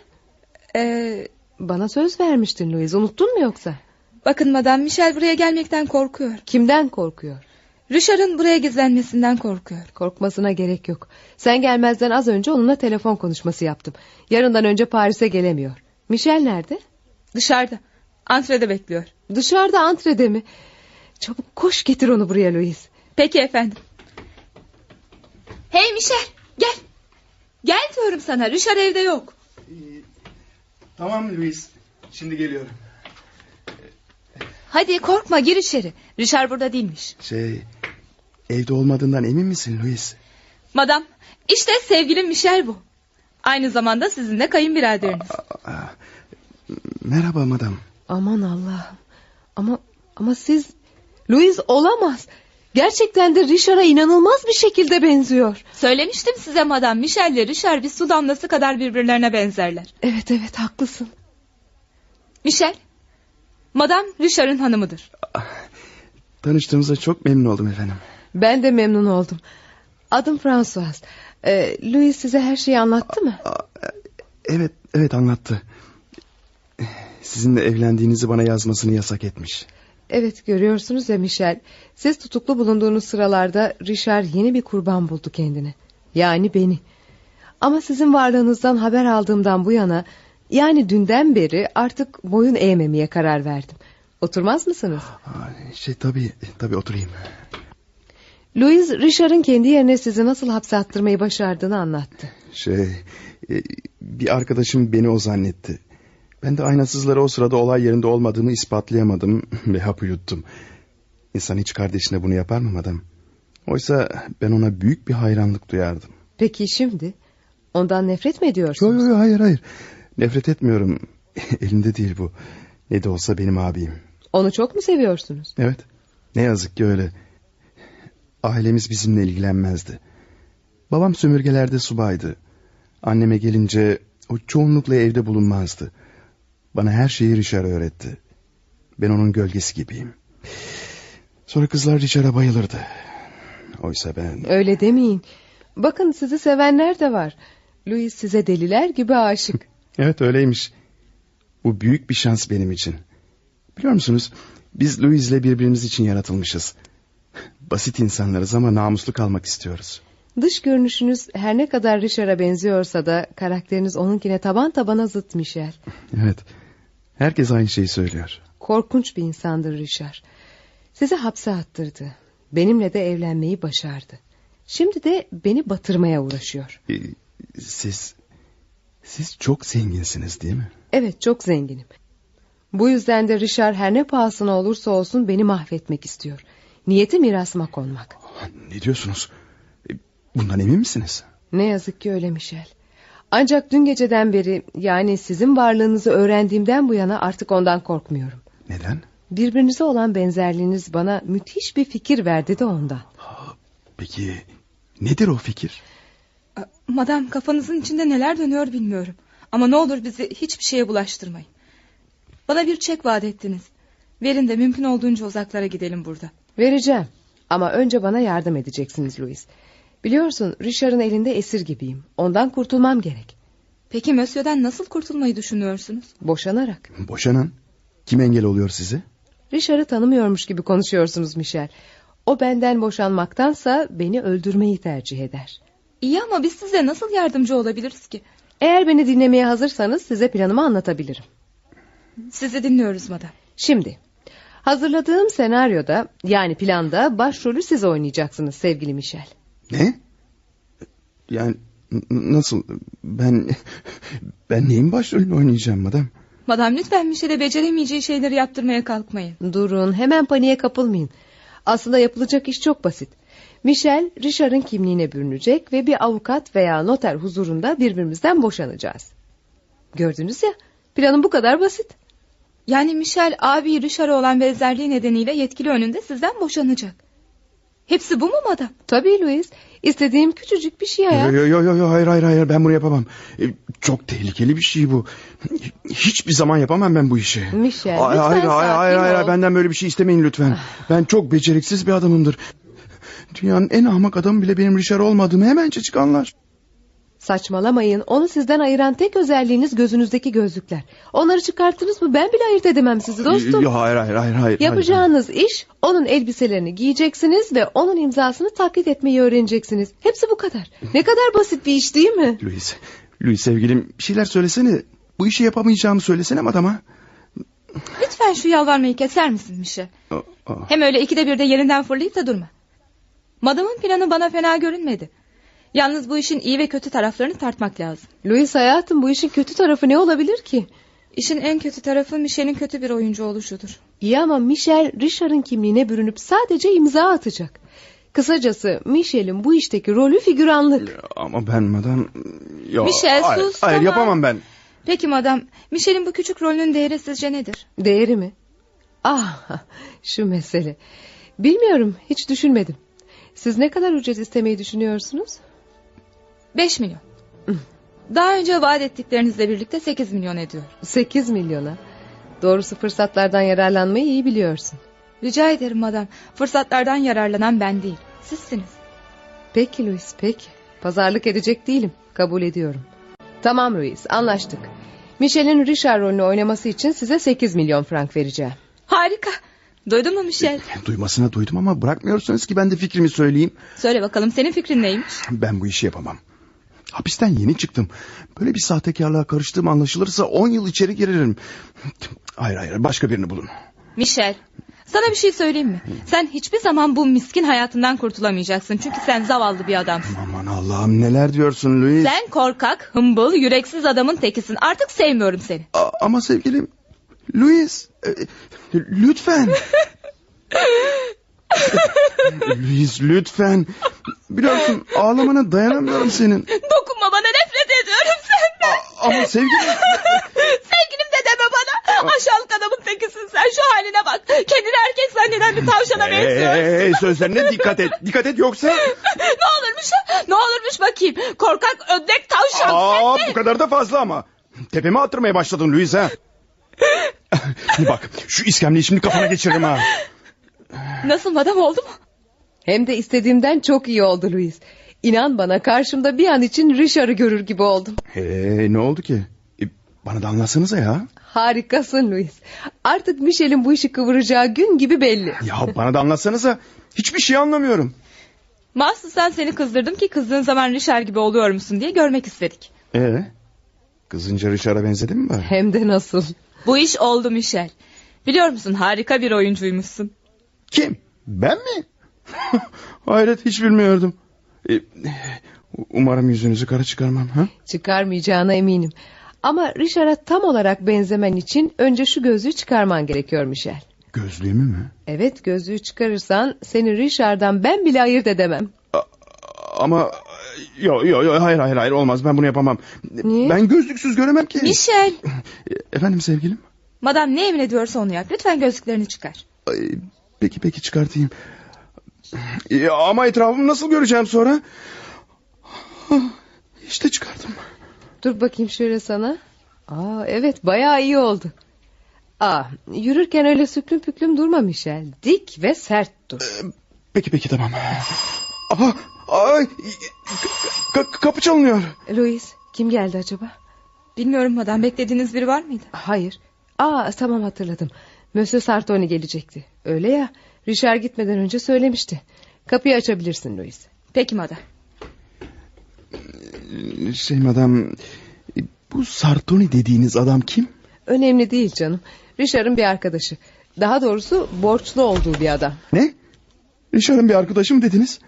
S3: Ee,
S4: Bana söz vermiştin Louis. Unuttun mu yoksa?
S3: bakın madam Michel buraya gelmekten korkuyor.
S4: Kimden korkuyor?
S3: Richard'ın buraya gizlenmesinden korkuyor.
S4: Korkmasına gerek yok. Sen gelmezden az önce onunla telefon konuşması yaptım. Yarından önce Paris'e gelemiyor. Michel nerede?
S3: Dışarıda. Antrede bekliyor.
S4: Dışarıda antrede mi? Çabuk koş getir onu buraya Louis.
S3: Peki efendim. Hey Michel gel. Gel diyorum sana Richard evde yok.
S1: Tamam Louis. Şimdi geliyorum.
S3: Hadi korkma gir içeri. Richard burada değilmiş.
S1: Şey... Evde olmadığından emin misin Louis?
S3: Madam işte sevgilim Michel bu. Aynı zamanda sizin de kayınbiraderiniz.
S1: Aa, merhaba madam.
S4: Aman Allah'ım. Ama ama siz Louis olamaz. Gerçekten de Richard'a inanılmaz bir şekilde benziyor.
S3: Söylemiştim size madam Michel ile Richard bir su damlası kadar birbirlerine benzerler.
S4: Evet evet haklısın.
S3: Michel, madam Richard'ın hanımıdır.
S1: Tanıştığımıza çok memnun oldum efendim.
S4: Ben de memnun oldum. Adım François. Ee, Louis size her şeyi anlattı mı?
S1: Aa, evet, evet anlattı. Sizinle evlendiğinizi bana yazmasını yasak etmiş.
S4: Evet görüyorsunuz ya Michel. Siz tutuklu bulunduğunuz sıralarda Richard yeni bir kurban buldu kendine. Yani beni. Ama sizin varlığınızdan haber aldığımdan bu yana... ...yani dünden beri artık boyun eğmemeye karar verdim. Oturmaz mısınız?
S1: Aa, şey tabii, tabii oturayım.
S4: Louis, Richard'ın kendi yerine sizi nasıl hapse attırmayı başardığını anlattı.
S1: Şey, e, bir arkadaşım beni o zannetti. Ben de aynasızlara o sırada olay yerinde olmadığımı ispatlayamadım ve hapı yuttum. İnsan hiç kardeşine bunu yapar mı adam? Oysa ben ona büyük bir hayranlık duyardım.
S4: Peki şimdi? Ondan nefret mi
S1: Yok
S4: ediyorsunuz?
S1: yok hayır hayır. Nefret etmiyorum. Elimde değil bu. Ne de olsa benim abim.
S4: Onu çok mu seviyorsunuz?
S1: Evet. Ne yazık ki öyle. Ailemiz bizimle ilgilenmezdi. Babam sömürgelerde subaydı. Anneme gelince o çoğunlukla evde bulunmazdı. Bana her şeyi Richard öğretti. Ben onun gölgesi gibiyim. Sonra kızlar Richard'a bayılırdı. Oysa ben...
S4: Öyle demeyin. Bakın sizi sevenler de var. Louis size deliler gibi aşık.
S1: Evet öyleymiş. Bu büyük bir şans benim için. Biliyor musunuz biz Louise'le birbirimiz için yaratılmışız. Basit insanlarız ama namuslu kalmak istiyoruz.
S4: Dış görünüşünüz her ne kadar Richard'a benziyorsa da karakteriniz onunkine taban tabana zıt Michel.
S1: Evet. Herkes aynı şeyi söylüyor.
S4: Korkunç bir insandır Richard. Sizi hapse attırdı. Benimle de evlenmeyi başardı. Şimdi de beni batırmaya uğraşıyor.
S1: Ee, Siz siz çok zenginsiniz değil mi?
S4: Evet çok zenginim. Bu yüzden de Richard her ne pahasına olursa olsun beni mahvetmek istiyor. Niyeti mirasıma konmak.
S1: Ne diyorsunuz? Ee, Bundan emin misiniz?
S4: Ne yazık ki öyle Michel. Ancak dün geceden beri yani sizin varlığınızı öğrendiğimden bu yana artık ondan korkmuyorum.
S1: Neden?
S4: Birbirinize olan benzerliğiniz bana müthiş bir fikir verdi de ondan.
S1: Peki nedir o fikir?
S3: Madam kafanızın içinde neler dönüyor bilmiyorum. Ama ne olur bizi hiçbir şeye bulaştırmayın. Bana bir çek vaat ettiniz. Verin de mümkün olduğunca uzaklara gidelim burada.
S4: Vereceğim ama önce bana yardım edeceksiniz Louis. Biliyorsun Richard'ın elinde esir gibiyim. Ondan kurtulmam gerek.
S3: Peki Mösyö'den nasıl kurtulmayı düşünüyorsunuz?
S4: Boşanarak.
S1: Boşanan. Kim engel oluyor size?
S4: Richard'ı tanımıyormuş gibi konuşuyorsunuz Michel. O benden boşanmaktansa beni öldürmeyi tercih eder.
S3: İyi ama biz size nasıl yardımcı olabiliriz ki?
S4: Eğer beni dinlemeye hazırsanız size planımı anlatabilirim.
S3: Sizi dinliyoruz madam.
S4: Şimdi hazırladığım senaryoda yani planda başrolü siz oynayacaksınız sevgili Michel.
S1: Ne? Yani n- nasıl ben ben neyin başrolünü oynayacağım madem?
S3: Madam lütfen Michel'e beceremeyeceği şeyleri yaptırmaya kalkmayın.
S4: Durun hemen paniğe kapılmayın. Aslında yapılacak iş çok basit. Michel, Richard'ın kimliğine bürünecek ve bir avukat veya noter huzurunda birbirimizden boşanacağız. Gördünüz ya, planım bu kadar basit.
S3: Yani Michel abi Richard'a olan benzerliği nedeniyle yetkili önünde sizden boşanacak. Hepsi bu mu madam?
S4: Tabii Louis, istediğim küçücük bir şey hayat.
S1: Yo yo yo yo yo, hayır hayır hayır ben bunu yapamam. E, Çok tehlikeli bir şey bu. Hiçbir zaman yapamam ben bu işi.
S4: Michel, lütfen
S1: Ay, hayır, hayır,
S4: sakin
S1: hayır, hayır,
S4: ol.
S1: benden böyle bir şey istemeyin lütfen. Ben çok beceriksiz bir adamımdır. Dünyanın en ahmak adamı bile benim Richard olmadığımı hemencecik anlar.
S4: Saçmalamayın. Onu sizden ayıran tek özelliğiniz gözünüzdeki gözlükler. Onları çıkarttınız mı ben bile ayırt edemem sizi dostum.
S1: Yo, hayır hayır hayır. hayır hayır.
S4: Yapacağınız iş onun elbiselerini giyeceksiniz ve onun imzasını taklit etmeyi öğreneceksiniz. Hepsi bu kadar. Ne kadar basit bir iş değil mi?
S1: Louis, Louis sevgilim bir şeyler söylesene. Bu işi yapamayacağımı söylesene adama.
S3: Lütfen şu yalvarmayı keser misin Mişe?
S1: Aa, aa.
S3: Hem öyle ikide bir de yerinden fırlayıp da durma. Madamın planı bana fena görünmedi. Yalnız bu işin iyi ve kötü taraflarını tartmak lazım.
S4: Louis hayatım bu işin kötü tarafı ne olabilir ki?
S3: İşin en kötü tarafı Mişe'nin kötü bir oyuncu oluşudur.
S4: İyi ama Michel Richard'ın kimliğine bürünüp sadece imza atacak. Kısacası Michel'in bu işteki rolü figüranlık.
S1: Ama ben madam... Ya,
S3: Michel,
S1: hayır,
S3: şey sus,
S1: Hayır
S3: tamam.
S1: yapamam ben.
S3: Peki madam, Mişel'in bu küçük rolünün değeri sizce nedir?
S4: Değeri mi? Ah şu mesele. Bilmiyorum hiç düşünmedim. Siz ne kadar ücret istemeyi düşünüyorsunuz?
S3: 5 milyon. Daha önce vaat ettiklerinizle birlikte 8 milyon ediyor.
S4: 8 milyona. Doğrusu fırsatlardan yararlanmayı iyi biliyorsun.
S3: Rica ederim madam, fırsatlardan yararlanan ben değil, sizsiniz.
S4: Peki Louis peki. Pazarlık edecek değilim. Kabul ediyorum. Tamam Louis anlaştık. Michel'in Richard rolünü oynaması için size 8 milyon frank vereceğim.
S3: Harika, duydun mu Mişel?
S1: Duymasına duydum ama bırakmıyorsunuz ki ben de fikrimi söyleyeyim.
S3: Söyle bakalım senin fikrin neymiş?
S1: Ben bu işi yapamam. Hapisten yeni çıktım. Böyle bir sahtekarlığa karıştığım anlaşılırsa 10 yıl içeri girerim. Hayır hayır başka birini bulun.
S3: Michel, sana bir şey söyleyeyim mi? Sen hiçbir zaman bu miskin hayatından kurtulamayacaksın. Çünkü sen zavallı bir adamsın.
S1: Aman Allah'ım neler diyorsun Louis.
S3: Sen korkak, hımbıl, yüreksiz adamın tekisin. Artık sevmiyorum seni.
S1: A- ama sevgilim Louis e, lütfen. Louis lütfen. Biliyorsun ağlamana dayanamıyorum senin.
S3: Dokunma bana nefret ediyorum senden.
S1: A- ama sevgilim
S3: Sevgilim de deme bana. Aşağılık adamın tekisin sen. Şu haline bak. Kendini erkek zanneden bir tavşana
S1: Ee?
S3: benziyorsun.
S1: Hey, sözlerine dikkat et. Dikkat et yoksa...
S3: ne olurmuş? Ne olurmuş bakayım. Korkak, ödlek tavşan.
S1: Aa, bu kadar da fazla ama. Tepeme attırmaya başladın Louise ha. Bak şu iskemleyi şimdi kafana geçiririm ha.
S3: Nasıl madam oldu mu?
S4: Hem de istediğimden çok iyi oldu Louis. İnan bana karşımda bir an için Richard'ı görür gibi oldum.
S1: Hey, ne oldu ki? E, bana da anlatsanıza ya.
S4: Harikasın Louis. Artık Michel'in bu işi kıvıracağı gün gibi belli.
S1: Ya bana da anlatsanıza. Hiçbir şey anlamıyorum.
S3: Mahsusen seni kızdırdım ki kızdığın zaman Richard gibi oluyor musun diye görmek istedik.
S1: Ee, kızınca Richard'a benzedim mi bari?
S4: Hem de nasıl.
S3: Bu iş oldu Michel. Biliyor musun harika bir oyuncuymuşsun.
S1: Kim? Ben mi? Hayret hiç bilmiyordum. E, umarım yüzünüzü kara çıkarmam. Ha?
S4: Çıkarmayacağına eminim. Ama Richard'a tam olarak benzemen için önce şu gözlüğü çıkarman gerekiyor Michel.
S1: Gözlüğümü mü?
S4: Evet gözlüğü çıkarırsan seni Richard'dan ben bile ayırt edemem.
S1: Ama yok yok yo, hayır hayır hayır olmaz ben bunu yapamam.
S4: Niye?
S1: Ben gözlüksüz göremem ki.
S3: Michel.
S1: Efendim sevgilim?
S3: Madam ne emrediyorsa onu yap. Lütfen gözlüklerini çıkar.
S1: Ay, peki peki çıkartayım. E, ama etrafımı nasıl göreceğim sonra? Ah, İşte çıkardım.
S4: Dur bakayım şöyle sana. Aa evet bayağı iyi oldu. Aa yürürken öyle süklüm püklüm durma Michel. Dik ve sert dur.
S1: Peki peki tamam. Aha, ay, ka- kapı çalınıyor.
S4: Louis kim geldi acaba?
S3: Bilmiyorum madam beklediğiniz biri var mıydı?
S4: Hayır. Aa tamam hatırladım. Monsieur Sartoni gelecekti. Öyle ya. Richard gitmeden önce söylemişti. Kapıyı açabilirsin Louis.
S3: Peki madam.
S1: Şey madam, e, bu Sartoni dediğiniz adam kim?
S4: Önemli değil canım. Richard'ın bir arkadaşı. Daha doğrusu borçlu olduğu bir adam.
S1: Ne? Richard'ın bir arkadaşı mı dediniz?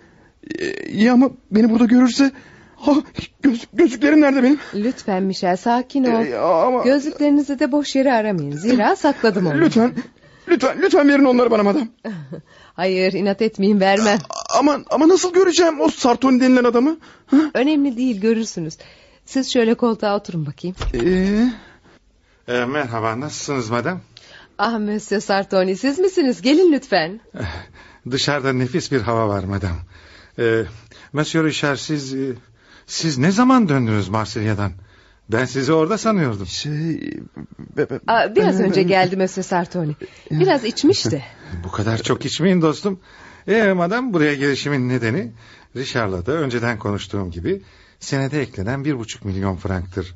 S1: E, İyi ama beni burada görürse... Ha, göz- gözlüklerim nerede benim?
S4: Lütfen Michel sakin ol.
S1: E, ama...
S4: Gözlüklerinizi de boş yere aramayın. Zira sakladım onu.
S1: Lütfen, lütfen, lütfen verin onları bana madam.
S4: Hayır inat etmeyin vermem.
S1: Ama, ama nasıl göreceğim o Sartoni denilen adamı?
S4: Önemli değil görürsünüz. Siz şöyle koltuğa oturun bakayım.
S1: Ee,
S5: Ee, merhaba nasılsınız madem?
S4: Ah Monsieur Sartoni siz misiniz? Gelin lütfen.
S5: Dışarıda nefis bir hava var madem. Ee, Monsieur Richard siz... e, Siz ne zaman döndünüz Marsilya'dan? Ben sizi orada sanıyordum.
S1: şey... be- be-
S4: Aa, biraz
S1: ben-
S4: önce
S1: ben-
S4: geldi Monsieur Sartoni. Biraz içmişti.
S5: Bu kadar çok içmeyin dostum. Ee madem buraya gelişimin nedeni... Richard'la da önceden konuştuğum gibi... senede eklenen bir buçuk milyon franktır.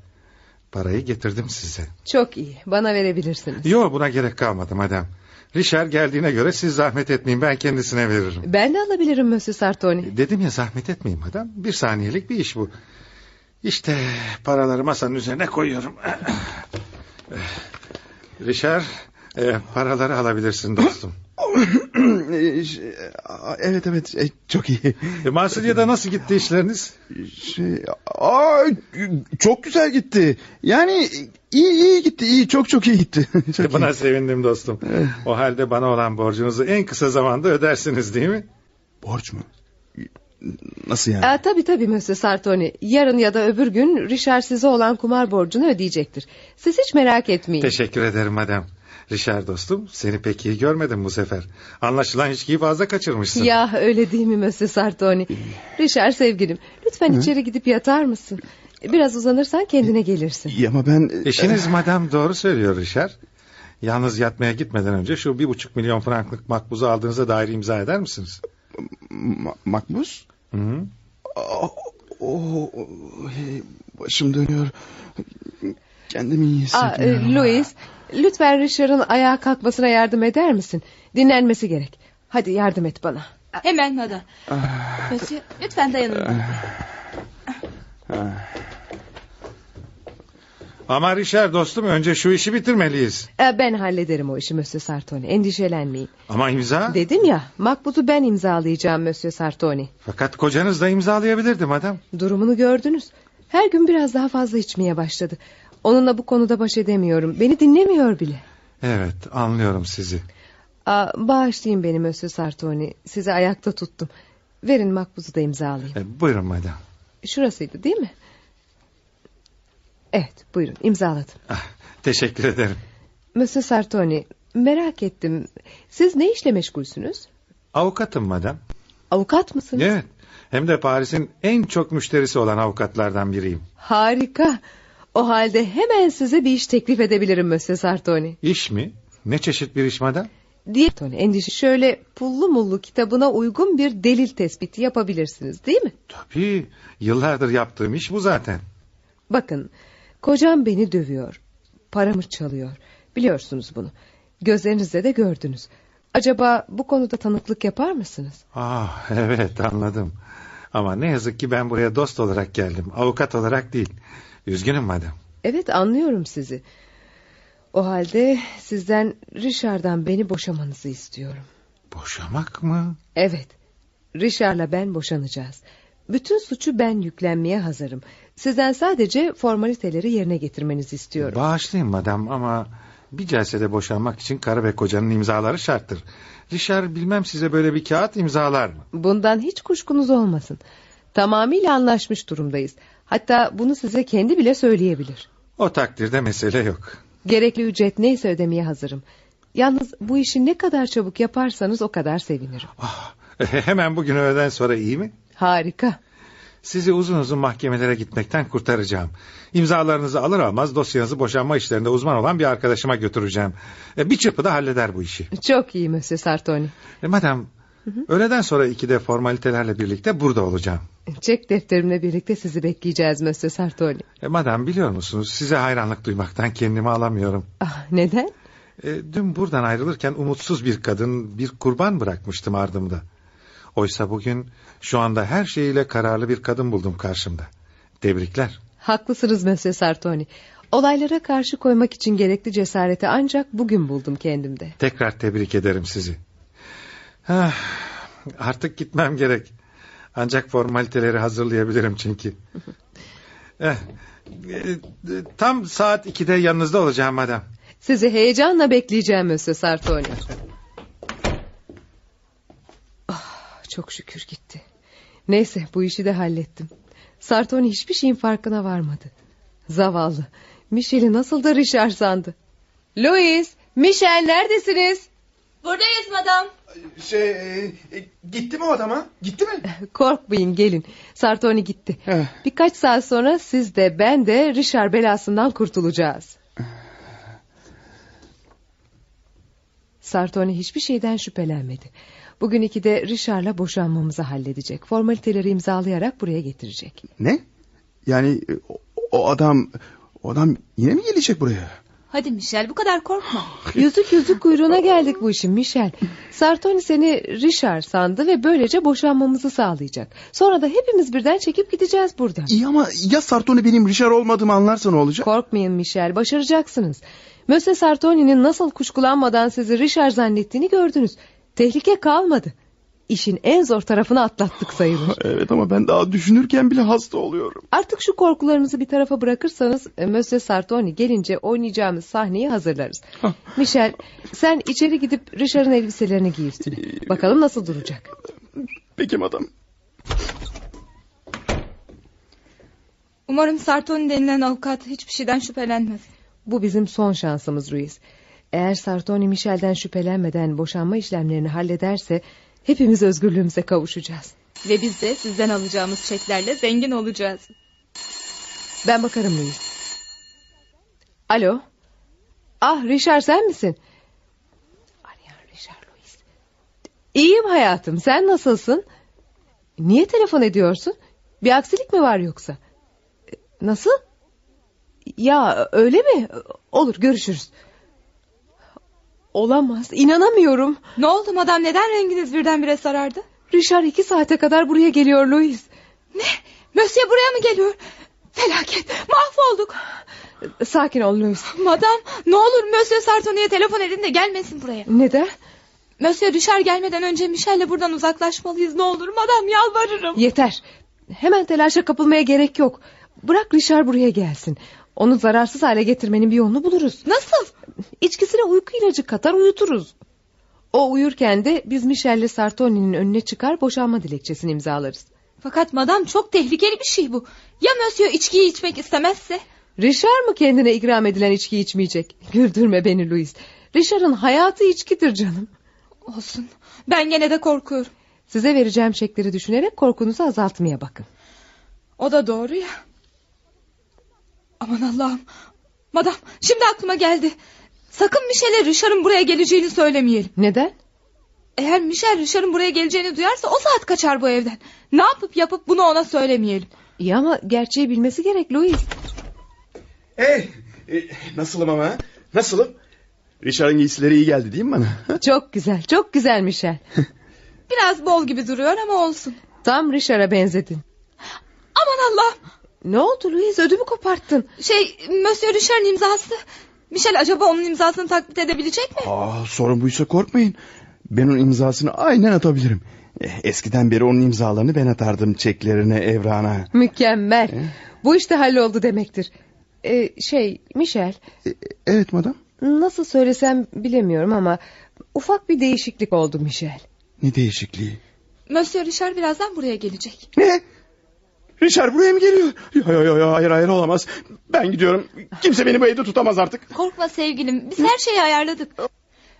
S5: Parayı getirdim size.
S4: Çok iyi. Bana verebilirsiniz.
S5: Yo buna gerek kalmadı madem. Richard geldiğine göre siz zahmet etmeyin ben kendisine veririm.
S4: Ben de alabilirim Mösyö Sartoni.
S5: Dedim ya zahmet etmeyin madem. Bir saniyelik bir iş bu. İşte paraları masanın üzerine koyuyorum. Richard e, paraları alabilirsin dostum.
S1: Şey, evet evet e, çok iyi.
S5: E, Marsilya'da nasıl gitti işleriniz?
S1: Şey, aa, çok güzel gitti. Yani iyi iyi gitti iyi çok çok iyi gitti. Çok
S5: E, Buna
S1: iyi.
S5: sevindim dostum. O halde bana olan borcunuzu en kısa zamanda ödersiniz değil mi?
S1: Borç mu? Nasıl yani?
S4: Aa, tabii tabii Mösyö Sartoni. Yarın ya da öbür gün Richard size olan kumar borcunu ödeyecektir. Siz hiç merak etmeyin.
S5: Teşekkür ederim madem. Richard dostum seni pek iyi görmedim bu sefer. Anlaşılan içkiyi fazla kaçırmışsın.
S4: Ya öyle değil mi Mösyö Sartoni? Richard sevgilim lütfen içeri gidip yatar mısın? Biraz uzanırsan kendine gelirsin.
S1: İyi ama ben...
S5: Eşiniz madem doğru söylüyor Richard. Yalnız yatmaya gitmeden önce şu bir buçuk milyon franklık makbuzu aldığınıza dair imza eder misiniz?
S1: e, Ma- Makbuz?
S5: Hı -hı.
S1: Oh, oh, hey, başım dönüyor. Kendimi iyi
S4: Aa, e,
S1: hissetmiyorum.
S4: Louis lütfen Richard'ın ayağa kalkmasına yardım eder misin? Dinlenmesi gerek. Hadi yardım et bana.
S3: Hemen madam. Monsieur, lütfen dayanın.
S5: Ama Richard dostum önce şu işi bitirmeliyiz.
S4: Ee, Ben hallederim o işi Mösyö Sartoni. Endişelenmeyin.
S5: Ama imza?
S4: Dedim ya makbuzu ben imzalayacağım Mösyö Sartoni.
S5: Fakat kocanız da imzalayabilirdi madem.
S4: Durumunu gördünüz. Her gün biraz daha fazla içmeye başladı. Onunla bu konuda baş edemiyorum. Beni dinlemiyor bile.
S5: Evet anlıyorum sizi.
S4: Aa, bağışlayın beni Mösyö Sartoni. Sizi ayakta tuttum. Verin makbuzu da imzalayayım.
S5: E, buyurun madem.
S4: Şurasıydı değil mi? Evet buyurun imzaladım.
S5: Ah, teşekkür ederim.
S4: Mösyö Sartoni merak ettim. Siz ne işle meşgulsünüz?
S5: Avukatım madem.
S4: Avukat mısınız?
S5: Evet. Hem de Paris'in en çok müşterisi olan avukatlardan biriyim.
S4: Harika. O halde hemen size bir iş teklif edebilirim Mösyö Sartoni.
S5: İş mi? Ne çeşit bir iş madem?
S4: Diye Tony endişe şöyle pullu mullu kitabına uygun bir delil tespiti yapabilirsiniz değil mi?
S5: Tabii. Yıllardır yaptığım iş bu zaten.
S4: Bakın kocam beni dövüyor. Paramı çalıyor. Biliyorsunuz bunu. Gözlerinizde de gördünüz. Acaba bu konuda tanıklık yapar mısınız?
S5: Ah evet anladım. Ama ne yazık ki ben buraya dost olarak geldim. Avukat olarak değil. Üzgünüm madem.
S4: Evet anlıyorum sizi. O halde sizden Richard'dan beni boşamanızı istiyorum.
S5: Boşamak mı?
S4: Evet. Richard'la ben boşanacağız. Bütün suçu ben yüklenmeye hazırım. Sizden sadece formaliteleri yerine getirmenizi istiyorum.
S5: Bağışlayın madem ama bir celsede boşanmak için karı ve kocanın imzaları şarttır. Richard bilmem size böyle bir kağıt imzalar mı?
S4: Bundan hiç kuşkunuz olmasın. Tamamıyla anlaşmış durumdayız. Hatta bunu size kendi bile söyleyebilir.
S5: O takdirde mesele yok.
S4: Gerekli ücret neyse ödemeye hazırım. Yalnız bu işi ne kadar çabuk yaparsanız o kadar sevinirim.
S5: Ah, hemen bugün öğleden sonra iyi mi?
S4: Harika.
S5: Sizi uzun uzun mahkemelere gitmekten kurtaracağım. İmzalarınızı alır almaz dosyanızı boşanma işlerinde uzman olan bir arkadaşıma götüreceğim. E, Bir çırpıda halleder bu işi.
S4: Çok iyi Mösyö Sartoni.
S5: E, madem öğleden sonra ikide formalitelerle birlikte burada olacağım.
S4: Çek defterimle birlikte sizi bekleyeceğiz Mösyö Sartoni.
S5: E, madem biliyor musunuz size hayranlık duymaktan kendimi alamıyorum.
S4: Ah, neden?
S5: E, dün buradan ayrılırken umutsuz bir kadın bir kurban bırakmıştım ardımda. Oysa bugün şu anda her şeyiyle kararlı bir kadın buldum karşımda. Tebrikler.
S4: Haklısınız Mösyö Sartoni. Olaylara karşı koymak için gerekli cesareti ancak bugün buldum kendimde.
S5: Tekrar tebrik ederim sizi. Ah, artık gitmem gerek. Ancak formaliteleri hazırlayabilirim çünkü. Eh, e, e, tam saat 2'de yanınızda olacağım madem.
S4: Sizi heyecanla bekleyeceğim Mösyö Sartoni. Ah, çok şükür gitti. Neyse bu işi de hallettim. Sartoni hiçbir şeyin farkına varmadı. Zavallı. Michel'i nasıl da Richard sandı. Louis, Michel neredesiniz?
S3: Buradayız madam.
S1: Şey, e, gitti mi o adama? Gitti mi?
S4: Korkmayın gelin. Sartoni gitti. Birkaç saat sonra siz de ben de Richard belasından kurtulacağız. Sartoni hiçbir şeyden şüphelenmedi. Bugün ikide Richard'la boşanmamızı halledecek. Formaliteleri imzalayarak buraya getirecek.
S1: ne? Yani e, o, o adam... O adam yine mi gelecek buraya?
S3: Hadi Michel bu kadar korkma.
S4: Yüzük yüzük kuyruğuna geldik bu işin Michel. Sartoni seni Richard sandı ve böylece boşanmamızı sağlayacak. Sonra da hepimiz birden çekip gideceğiz buradan.
S1: İyi ama ya Sartoni benim Richard olmadığımı anlarsa ne olacak?
S4: Korkmayın Michel, başaracaksınız. Möse Sartoni'nin nasıl kuşkulanmadan sizi Richard zannettiğini gördünüz. Tehlike kalmadı. İşin en zor tarafını atlattık sayılır.
S1: Evet ama ben daha düşünürken bile hasta oluyorum.
S4: Artık şu korkularımızı bir tarafa bırakırsanız e, Mösyö Sartoni gelince oynayacağımız sahneyi hazırlarız. Michel sen içeri gidip Richard'ın elbiselerini giy üstüne. Bakalım nasıl duracak.
S1: Peki adam.
S3: Umarım Sartoni denilen avukat hiçbir şeyden şüphelenmez.
S4: Bu bizim son şansımız Ruiz. Eğer Sartoni Michel'den şüphelenmeden boşanma işlemlerini hallederse hepimiz özgürlüğümüze kavuşacağız.
S3: Ve biz de sizden alacağımız çeklerle zengin olacağız.
S4: Ben bakarım Louis. Alo. Ah Richard sen misin? Arayan Richard Louis. İyiyim hayatım sen nasılsın? Niye telefon ediyorsun? Bir aksilik mi var yoksa? E, Nasıl? Ya öyle mi? Olur görüşürüz. Olamaz inanamıyorum.
S3: Ne oldu madam neden renginiz birdenbire sarardı?
S4: Richard iki saate kadar buraya geliyor Louis.
S3: Ne? Mösyö buraya mı geliyor? Felaket mahvolduk.
S4: E, Sakin ol Louis.
S3: Madam ne olur Mösyö Sartoni'ye telefon edin de gelmesin buraya.
S4: Neden?
S3: Mösyö düşer gelmeden önce Michel'le buradan uzaklaşmalıyız ne olur madam yalvarırım.
S4: Yeter. Hemen telaşa kapılmaya gerek yok. Bırak Richard buraya gelsin. Onu zararsız hale getirmenin bir yolunu buluruz.
S3: Nasıl?
S4: İçkisine uyku ilacı katar uyuturuz. O uyurken de biz Michel'le Sartoni'nin önüne çıkar boşanma dilekçesini imzalarız.
S3: Fakat madam çok tehlikeli bir şey bu. Ya Mösyö içkiyi içmek istemezse?
S4: Richard mı kendine ikram edilen içki içmeyecek? Güldürme beni Louis. Richard'ın hayatı içkidir canım.
S3: Olsun ben gene de korkuyorum.
S4: Size vereceğim şekleri düşünerek korkunuzu azaltmaya bakın.
S3: O da doğru ya. Aman Allah'ım. Madam şimdi aklıma geldi. Sakın Michel'e Richard'ın buraya geleceğini söylemeyelim.
S4: Neden?
S3: Eğer Michel Richard'ın buraya geleceğini duyarsa o saat kaçar bu evden. Ne yapıp yapıp bunu ona söylemeyelim.
S4: İyi ama gerçeği bilmesi gerek Louis.
S1: Hey, e, nasılım ama? ha? Nasılım? Richard'ın giysileri iyi geldi değil mi bana?
S4: Çok güzel, çok güzel Michel.
S3: Biraz bol gibi duruyor ama olsun.
S4: Tam Richard'a benzedin.
S3: Aman Allah'ım.
S4: Ne oldu Louis? Ödümü koparttın.
S3: Şey Monsieur Richard'ın imzası. Michel acaba onun imzasını taklit edebilecek mi?
S1: Aa, sorun buysa korkmayın. Ben onun imzasını aynen atabilirim. Eh, Eskiden beri onun imzalarını ben atardım çeklerine, evrana.
S4: Mükemmel. Bu işte halloldu demektir. Ee, şey Michel,
S1: E, evet madam.
S4: nasıl söylesem bilemiyorum ama ufak bir değişiklik oldu Michel.
S1: Ne değişikliği?
S3: Monsieur Richard birazdan buraya gelecek.
S1: Ne? Richard buraya mı geliyor? Yo, yo, yo, hayır hayır olamaz. Ben gidiyorum. Kimse beni bu evde tutamaz artık.
S3: Korkma sevgilim biz her şeyi ayarladık.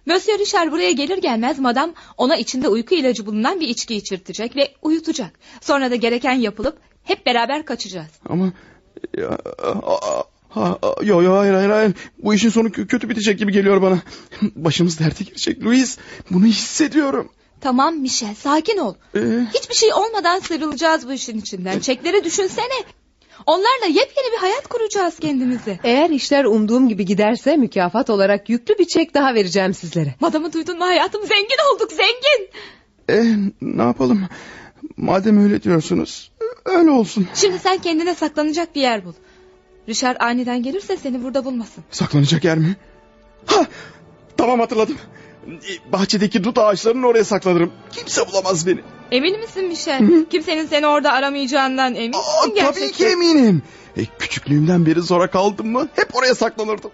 S3: Monsieur Richard buraya gelir gelmez madam ona içinde uyku ilacı bulunan bir içki içirtecek ve uyutacak. Sonra da gereken yapılıp hep beraber kaçacağız.
S1: Ama... Ya, a- a- ha- a- Yo yo hayır hayır hayır. Bu işin sonu kö- kötü bitecek gibi geliyor bana. Başımız derde girecek Louis. Bunu hissediyorum.
S3: Tamam Michel sakin ol.
S1: Ee?
S3: Hiçbir şey olmadan sıyrılacağız bu işin içinden. Çekleri düşünsene. Onlarla yepyeni bir hayat kuracağız kendimize.
S4: Eğer işler umduğum gibi giderse mükafat olarak yüklü bir çek daha vereceğim sizlere.
S3: Madamı duydun mu hayatım? Zengin olduk zengin.
S1: E, ne yapalım? Madem öyle diyorsunuz, öyle olsun.
S3: Şimdi sen kendine saklanacak bir yer bul. Richard aniden gelirse seni burada bulmasın.
S1: Saklanacak yer mi? Ha! Tamam hatırladım. E, Bahçedeki dut ağaçlarının oraya saklanırım. Kimse bulamaz beni.
S3: Emin misin Michel? Kimsenin seni orada aramayacağından emin
S1: Aa,
S3: misin gerçekten?
S1: tabii ki eminim. E, küçüklüğümden beri zora kaldım mı hep oraya saklanırdım.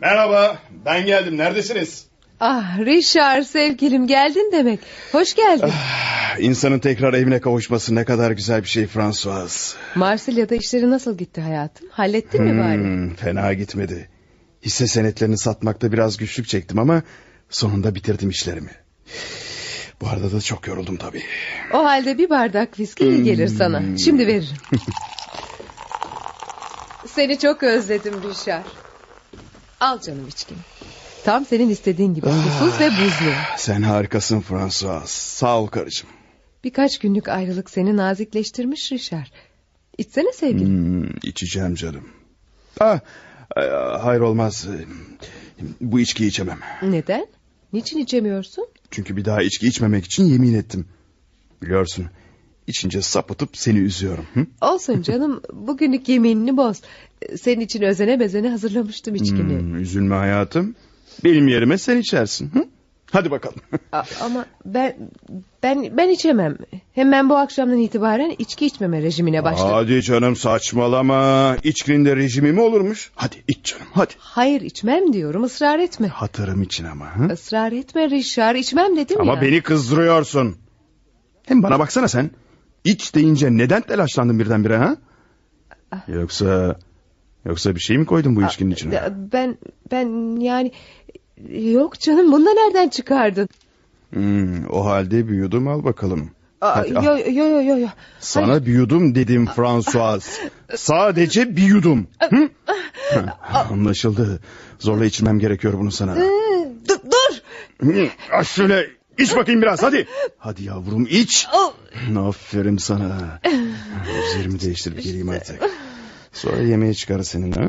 S1: Merhaba, ben geldim. Neredesiniz?
S4: Ah Richard sevgilim geldin demek. Hoş geldin.
S1: İnsanın tekrar evine kavuşması ne kadar güzel bir şey François.
S4: Marsilya'da işleri nasıl gitti hayatım? Hallettin mi bari?
S1: Hmm, fena gitmedi. Hisse senetlerini satmakta biraz güçlük çektim ama Sonunda bitirdim işlerimi. Bu arada da çok yoruldum tabii.
S4: O halde bir bardak viski iyi gelir sana. Şimdi veririm. Seni çok özledim Rişar. Al canım içkini. Tam senin istediğin gibi susuz ve buzlu.
S1: Sen harikasın François. Sağ ol karıcığım.
S4: Birkaç günlük ayrılık seni nazikleştirmiş Rişar. İçsene sevgilim.
S1: Hmm, içeceğim canım. Ah, e, hayır olmaz. Hmm, Bu içkiyi içemem.
S4: Neden? Niçin içemiyorsun?
S1: Çünkü bir daha içki içmemek için yemin ettim. Biliyorsun içince sapıtıp seni üzüyorum. Hı?
S4: Olsun canım bugünlük yeminini boz. Senin için özene bezene hazırlamıştım içkini.
S1: Hmm, üzülme hayatım. Benim yerime sen içersin. Hı? Hadi bakalım.
S4: A- ama ben ben ben içemem. Hemen bu akşamdan itibaren içki içmeme rejimine başladım.
S1: Hadi canım saçmalama. İçkinin de rejimi mi olurmuş? Hadi iç canım hadi.
S4: Hayır içmem diyorum ısrar etme.
S1: Hatırım için ama. Hı?
S4: Israr etme Rişar içmem dedim
S1: Ama
S4: ya.
S1: beni kızdırıyorsun. Hem bana baksana sen. İç deyince neden telaşlandın birdenbire ha? Yoksa yoksa bir şey mi koydun bu içkinin içine?
S4: Ah. Ya Ben ben yani yok canım bunu da nereden çıkardın?
S1: Hmm, o halde bir yudum al bakalım.
S4: Aa,
S1: Hadi, al.
S4: yo yo yo yo yo.
S1: Sana bir yudum dedim François. Sadece bir yudum. Hı? Ha, Anlaşıldı. Zorla içmem gerekiyor bunu sana.
S4: Dur, dur.
S1: Hı, aç şöyle iç bakayım biraz hadi. Hadi yavrum iç.
S4: Al.
S1: Aferin sana. Üzerimi değiştirip geleyim artık. Sonra yemeğe çıkar senin ha?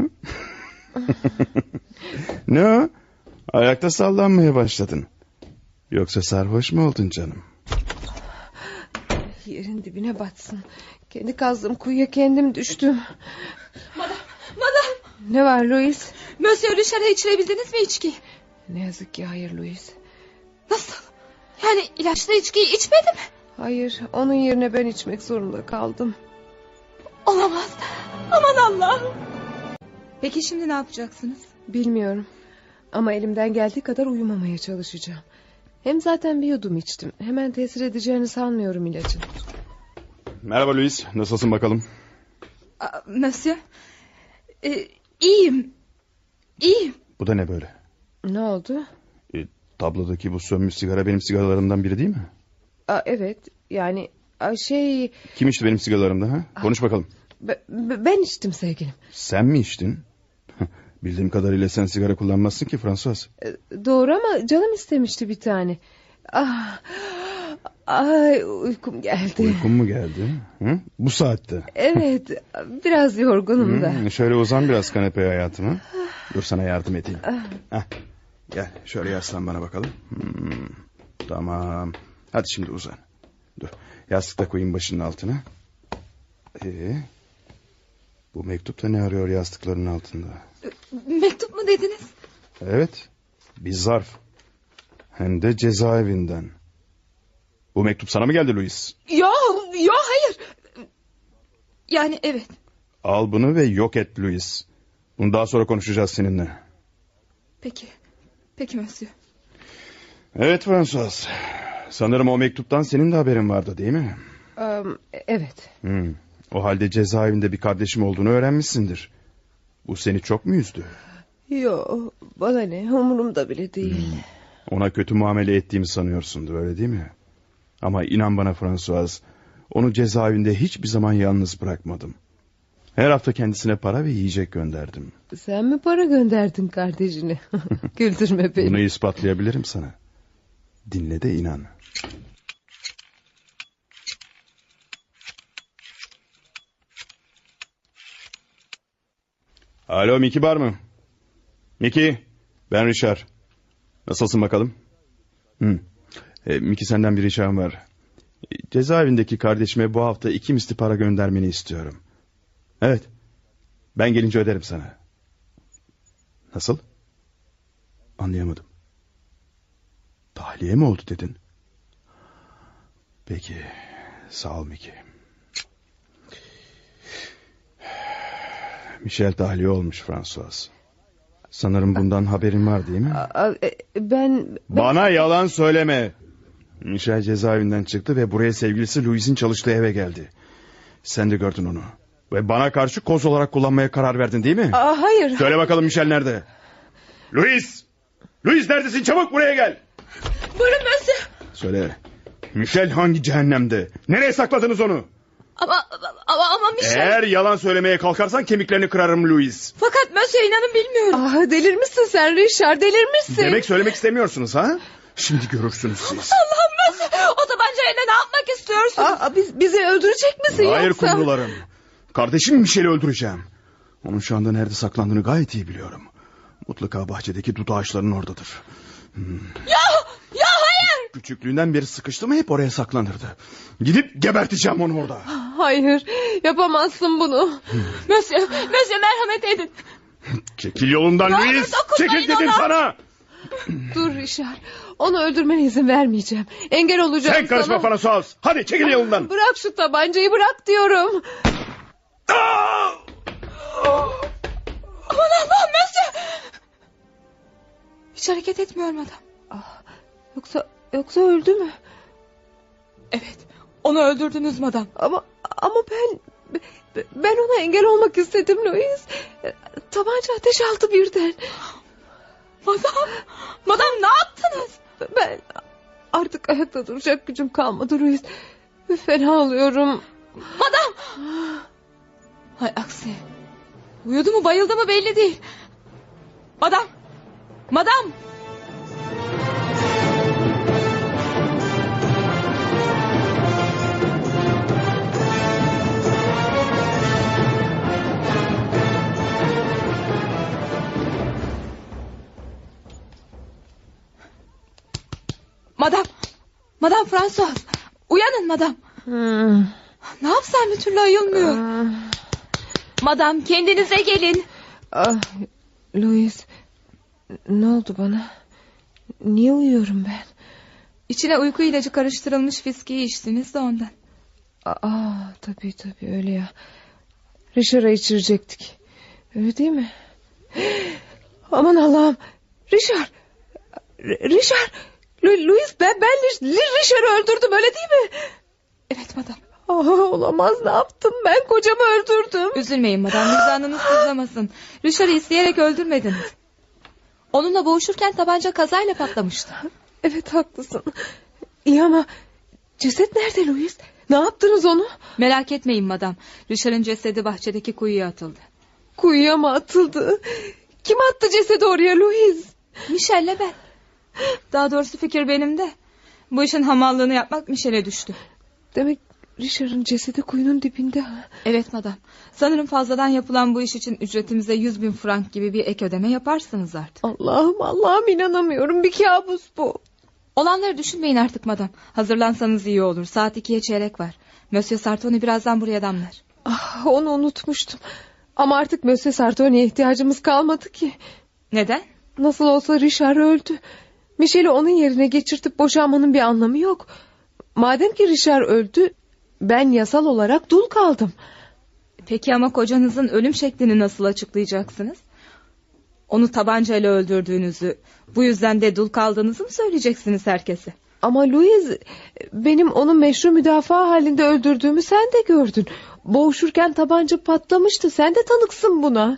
S1: ne o? Ayakta sallanmaya başladın. Yoksa sarhoş mu oldun canım?
S4: Yerin dibine batsın. Kendi kazdığım kuyuya kendim düştüm.
S3: Madam,
S4: Ne var Louis?
S3: Monsieur Richard'a içirebildiniz mi içki?
S4: Ne yazık ki hayır Louis.
S3: Nasıl? Yani ilaçlı içkiyi içmedi mi?
S4: Hayır onun yerine ben içmek zorunda kaldım.
S3: Olamaz. Aman Allah'ım. Peki şimdi ne yapacaksınız?
S4: Bilmiyorum. Ama elimden geldiği kadar uyumamaya çalışacağım. Hem zaten bir yudum içtim. Hemen tesir edeceğini sanmıyorum ilacın.
S1: Merhaba Luis. Nasılsın bakalım?
S3: Aa, Monsieur. Ee, iyiyim. İyiyim.
S1: Bu da ne böyle?
S4: Ne oldu?
S1: E, tablodaki bu sönmüş sigara benim sigaralarımdan biri değil mi?
S4: Aa, evet yani aa, şey
S1: Kim içti benim sigaralarımdan ha? Konuş bakalım.
S4: be- be- ben içtim sevgilim.
S1: Sen mi içtin? Bildiğim kadarıyla sen sigara kullanmazsın ki François.
S4: Ee, Doğru ama canım istemişti bir tane. Ah, ay uykum geldi.
S1: Uykun mu geldi? Hı? Bu saatte.
S4: Evet biraz yorgunum da.
S1: Hmm, şöyle uzan biraz kanepeye hayatım. ha? Dur sana yardım edeyim. Hah, Gel şöyle yaslan bana bakalım. Hmm, Tamam. Hadi şimdi uzan. Dur yastıkta koyayım başının altına. Ee, bu mektupta ne arıyor yastıkların altında?
S3: Mektup mu dediniz?
S1: Evet bir zarf. Hem de cezaevinden. Bu mektup sana mı geldi Louis?
S3: Yok, yok hayır. Yani evet.
S1: Al bunu ve yok et Louis. Bunu daha sonra konuşacağız seninle.
S3: Peki. Peki Monsieur.
S1: Evet Fransız. Sanırım o mektuptan senin de haberin vardı değil mi?
S4: Ee, evet.
S1: Hmm. O halde cezaevinde bir kardeşim olduğunu öğrenmişsindir. Bu seni çok mu üzdü?
S4: Yo bana ne umurumda bile değil.
S1: Ona kötü muamele ettiğimi sanıyorsundur öyle değil mi? Ama inan bana François, onu cezaevinde hiçbir zaman yalnız bırakmadım. Her hafta kendisine para ve yiyecek gönderdim.
S4: Sen mi para gönderdin kardeşine? Güldürme beni.
S1: Bunu ispatlayabilirim sana. Dinle de inan. Alo Miki var mı? Miki ben Richard. Nasılsın bakalım? Hı. E, Miki senden bir ricam var. E, Cezaevindeki kardeşime bu hafta iki misli para göndermeni istiyorum. Evet. Ben gelince öderim sana. Nasıl? Anlayamadım. Tahliye mi oldu dedin? Peki. Sağ ol Miki. Michel tahliye olmuş François. Sanırım bundan haberin var değil mi?
S4: Aa, e, ben
S1: Bana yalan söyleme. Michel cezaevinden çıktı ve buraya sevgilisi Louis'in çalıştığı eve geldi. Sen de gördün onu. Ve bana karşı koz
S4: Ah.
S1: olarak kullanmaya karar verdin değil mi?
S4: Aa, hayır.
S1: Söyle bakalım Michel nerede? Louis! Louis neredesin çabuk buraya gel.
S3: Buyurun Mösyö.
S1: Söyle. Michel hangi cehennemde? Nereye sakladınız onu?
S3: Ama ama ama şey- Michel.
S1: Eğer yalan söylemeye kalkarsan kemiklerini kırarım Louis.
S3: Fakat Mösyö inanın bilmiyorum.
S4: Ah delirmişsin sen Richard delirmişsin.
S1: Demek söylemek istemiyorsunuz ha? Şimdi görürsünüz siz.
S3: Allah'ım Mösyö. O tabancayla ne yapmak istiyorsun?
S4: Aa, biz, bizi öldürecek misin
S1: Hayır
S4: yoksa?
S1: kumrularım. Kardeşim Michel'i öldüreceğim. Onun şu anda nerede saklandığını gayet iyi biliyorum. Mutlaka bahçedeki dut ağaçlarının oradadır. Hmm.
S3: Ya ya hayır.
S1: Küçüklüğünden beri sıkıştı mı hep oraya saklanırdı. Gidip geberteceğim onu orada.
S4: Hayır yapamazsın bunu.
S3: Mösyö, Mösyö merhamet edin.
S1: Çekil yolundan
S3: olur
S1: Louis.
S3: dokunmayın
S1: Çekil dedim
S3: ona.
S1: sana.
S4: Dur Richard onu öldürmene izin vermeyeceğim. Engel olacağım
S1: Sen karışma
S4: sana.
S1: François. Hadi çekil yolundan.
S4: Bırak şu tabancayı bırak diyorum.
S1: Aa!
S3: Aman Allah'ım Ah, Mösyö. Hiç hareket etmiyor adam.
S4: Yoksa yoksa öldü mü?
S3: Evet. Onu öldürdünüz madam.
S4: Ama ama ben ben ona engel olmak istedim Louis. Tabanca ateş altı birden.
S3: Madam, madam ne yaptınız?
S4: Ben artık ayakta duracak gücüm kalmadı Louis. Fena oluyorum.
S3: Madam! Hay aksi. Uyudu mu bayıldı mı belli değil. Madam! Madam! Madam! Madam François! Uyanın madam! Hmm. Ne yapsam bir türlü ayılmıyor. Madam kendinize gelin.
S4: Ah, Louis ne oldu bana? Niye uyuyorum ben?
S3: İçine uyku ilacı karıştırılmış viskiyi içtiniz de ondan.
S4: Aa tabii tabii öyle ya. Richard'a içirecektik. Öyle değil mi? Aman Allah'ım. Richard. R- Richard. Lu- Louis ben, ben Li- Li- Richard'ı öldürdüm öyle değil mi?
S3: Evet madam.
S4: Aa, olamaz ne yaptım ben kocamı öldürdüm.
S3: Üzülmeyin madam vicdanınız sızlamasın. Rüşar'ı isteyerek öldürmediniz. Onunla boğuşurken tabanca kazayla patlamıştı.
S4: Evet haklısın. İyi ama ceset nerede Louis? Ne yaptınız onu?
S3: Merak etmeyin madam. Rüşar'ın cesedi bahçedeki kuyuya atıldı.
S4: Kuyuya mı atıldı? Kim attı cesedi oraya Louis?
S3: Michel'le ben. Daha doğrusu fikir benim de. Bu işin hamallığını yapmak Michel'e düştü.
S4: Demek Richard'ın cesedi kuyunun dibinde ha.
S3: Evet madam. Sanırım fazladan yapılan bu iş için ücretimize yüz bin frank gibi bir ek ödeme yaparsınız artık.
S4: Allah'ım Allah'ım inanamıyorum bir kabus bu.
S3: Olanları düşünmeyin artık madam. Hazırlansanız iyi olur. Saat ikiye çeyrek var. Monsieur Sartoni birazdan buraya damlar.
S4: Ah, onu unutmuştum. Ama artık Mösyö Sartori'ye ihtiyacımız kalmadı ki.
S3: Neden?
S4: Nasıl olsa Richard öldü. Michel'i onun yerine geçirtip boşanmanın bir anlamı yok. Madem ki Richard öldü ben yasal olarak dul kaldım.
S3: Peki ama kocanızın ölüm şeklini nasıl açıklayacaksınız? Onu tabancayla öldürdüğünüzü, bu yüzden de dul kaldığınızı mı söyleyeceksiniz herkese?
S4: Ama Louis benim onu meşru müdafaa halinde öldürdüğümü sen de gördün. Boğuşurken tabanca patlamıştı sen de tanıksın buna.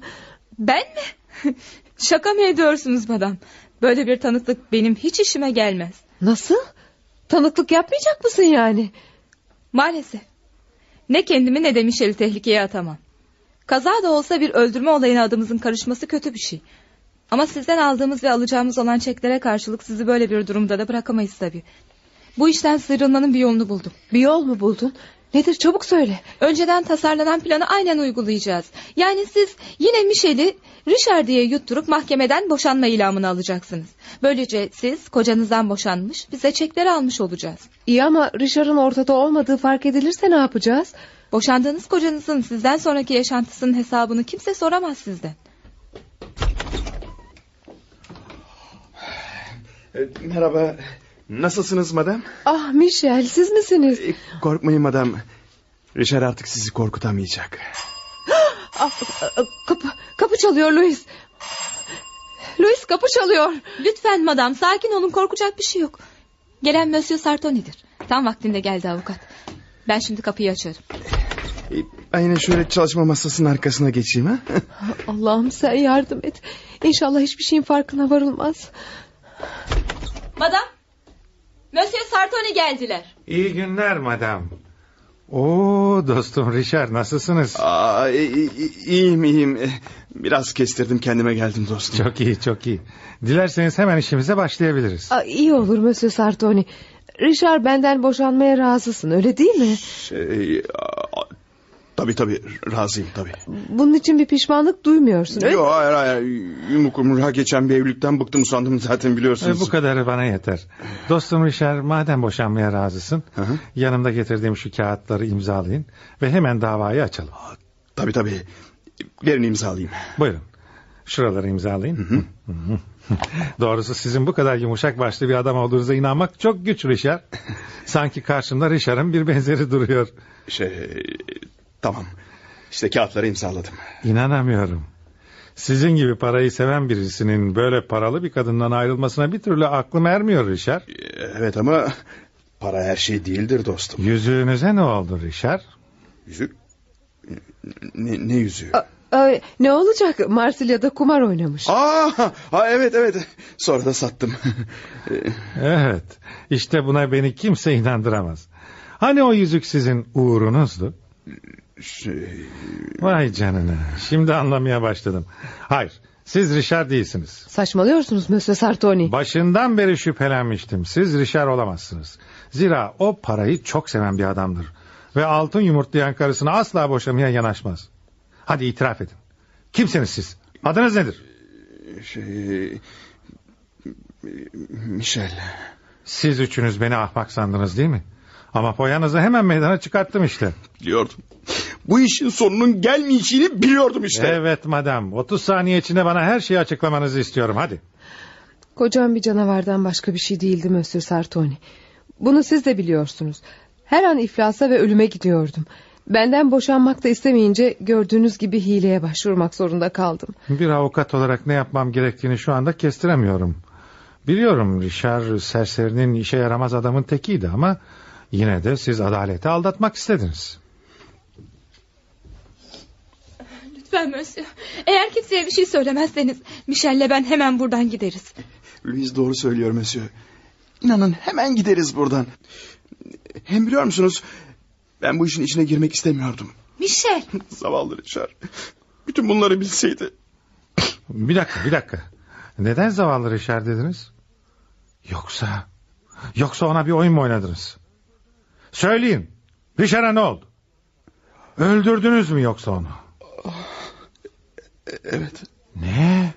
S3: Ben mi? Şaka mı ediyorsunuz madam? Böyle bir tanıklık benim hiç işime gelmez.
S4: Nasıl? Tanıklık yapmayacak mısın yani?
S3: Maalesef. Ne kendimi ne de Michel'i tehlikeye atamam. Kaza da olsa bir öldürme olayına adımızın karışması kötü bir şey. Ama sizden aldığımız ve alacağımız olan çeklere karşılık sizi böyle bir durumda da bırakamayız tabii. Bu işten sıyrılmanın bir yolunu buldum.
S4: Bir yol mu buldun? Nedir çabuk söyle.
S3: Önceden tasarlanan planı aynen uygulayacağız. Yani siz yine Michel'i Richard diye yutturup mahkemeden boşanma ilamını alacaksınız. Böylece siz kocanızdan boşanmış, bize çekleri almış olacağız.
S4: İyi ama Richard'ın ortada olmadığı fark edilirse ne yapacağız?
S3: Boşandığınız kocanızın sizden sonraki yaşantısının hesabını kimse soramaz sizden.
S1: E, Merhaba. Nasılsınız madam?
S4: Ah Michel siz misiniz?
S1: E, Korkmayın madam. Richard artık sizi korkutamayacak.
S4: Ah, ah, kapı, kapı çalıyor Louis. Louis kapı çalıyor.
S3: Lütfen madam sakin olun korkacak bir şey yok. Gelen Monsieur Sartoni'dir. Tam vaktinde geldi avukat. Ben şimdi kapıyı açarım.
S1: E, Ben yine şöyle çalışma masasının arkasına geçeyim ha?
S4: Allah'ım sen yardım et. İnşallah hiçbir şeyin farkına varılmaz.
S6: Monsieur Sartori geldiler.
S5: İyi günler madam. Oo dostum Richard nasılsınız?
S1: Aa, i- i- iyiyim iyiyim. Eh, Biraz kestirdim kendime geldim dostum.
S5: Çok iyi çok iyi. Dilerseniz hemen işimize başlayabiliriz.
S4: Aa, Ah, iyi olur Monsieur Sartoni. Richard benden boşanmaya razısın öyle değil mi?
S1: Şey, aa, tabii tabii razıyım tabii.
S4: Bunun için bir pişmanlık duymuyorsun öyle
S1: Yok hayır hayır yumruk yumruğa geçen bir evlilikten bıktım sandım zaten
S5: Ee,
S1: biliyorsunuz.
S5: Bu kadarı bana yeter. Dostum Richard madem boşanmaya razısın...
S1: Hı hı.
S5: ...yanımda getirdiğim şu kağıtları imzalayın... ...ve hemen davayı açalım.
S1: Tabii tabii verin imzalayayım.
S5: Buyurun. Şuraları imzalayın. Hı hı. Doğrusu sizin bu kadar yumuşak başlı bir adam olduğunuza inanmak çok güç Richard. Sanki karşımda Richard'ın bir benzeri duruyor.
S1: Şey tamam işte kağıtları imzaladım.
S5: İnanamıyorum. Sizin gibi parayı seven birisinin böyle paralı bir kadından ayrılmasına bir türlü aklım ermiyor Richard.
S1: Evet ama para her şey değildir dostum.
S5: Yüzüğünüze ne oldu Richard?
S1: Yüzük? Ne, ne yüzüğü?
S4: Aa, ne olacak Marsilya'da kumar oynamış.
S1: Ah. Aa, ha, evet evet sonra da sattım.
S5: Evet. İşte buna beni kimse inandıramaz. Hani o yüzük sizin uğrunuzdu?
S1: şey,
S5: Vay canına. Şimdi anlamaya başladım. Hayır. Siz Richard değilsiniz.
S4: Saçmalıyorsunuz Monsieur Sartoni.
S5: Başından beri şüphelenmiştim. Siz Richard olamazsınız. Zira o parayı çok seven bir adamdır. Ve altın yumurtlayan karısını asla boşamaya yanaşmaz. Hadi itiraf edin. Kimsiniz siz? Adınız nedir?
S1: şey, Michel.
S5: Siz üçünüz beni ahmak sandınız değil mi? Ama poyanızı hemen meydana çıkarttım işte.
S1: Biliyordum. Bu işin sonunun gelmeyeceğini biliyordum işte.
S5: Evet madam. 30 saniye içinde bana her şeyi açıklamanızı istiyorum. Hadi.
S4: Kocam bir canavardan başka bir şey değildi Monsieur Sartoni. Bunu siz de biliyorsunuz. Her an iflasa ve ölüme gidiyordum. Benden boşanmak da istemeyince gördüğünüz gibi hileye başvurmak zorunda kaldım.
S5: Bir avukat olarak ne yapmam gerektiğini şu anda kestiremiyorum. Biliyorum Richard serserinin işe yaramaz adamın tekiydi ama yine de siz adaleti aldatmak istediniz.
S3: Lütfen Monsieur. Eğer kimseye bir şey söylemezseniz Michel'le ben hemen buradan gideriz.
S1: Louis doğru söylüyor Monsieur. İnanın hemen gideriz buradan. Hem biliyor musunuz ben bu işin içine girmek istemiyordum.
S3: Michel.
S1: Zavallı Richard. Bütün bunları bilseydi.
S5: Bir dakika bir dakika. Neden zavallı Richard dediniz? Yoksa... Yoksa ona bir oyun mu oynadınız? Söyleyin. Richard'a ne oldu? Öldürdünüz mü yoksa onu?
S1: Evet.
S5: Ne?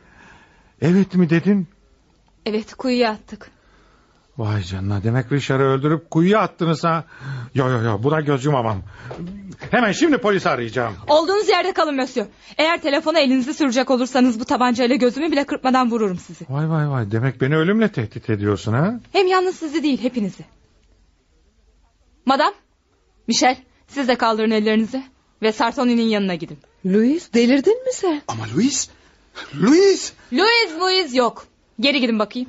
S5: Evet mi dedin?
S3: Evet kuyuya attık.
S5: Vay canına demek Richard'ı öldürüp kuyuya attınız ha. Yo yo yo buna göz yumamam. Hemen şimdi polisi arayacağım.
S3: Olduğunuz yerde kalın Monsieur. Eğer telefona elinizi sürecek olursanız bu tabancayla gözümü bile kırpmadan vururum sizi.
S5: Vay vay vay demek beni ölümle tehdit ediyorsun ha.
S3: Hem yalnız sizi değil hepinizi. Madam. Michel siz de kaldırın ellerinizi. Ve Sartoni'nin yanına gidin.
S4: Louis delirdin mi sen?
S1: Ama Louis. Louis.
S3: Louis Louis yok. Geri gidin bakayım.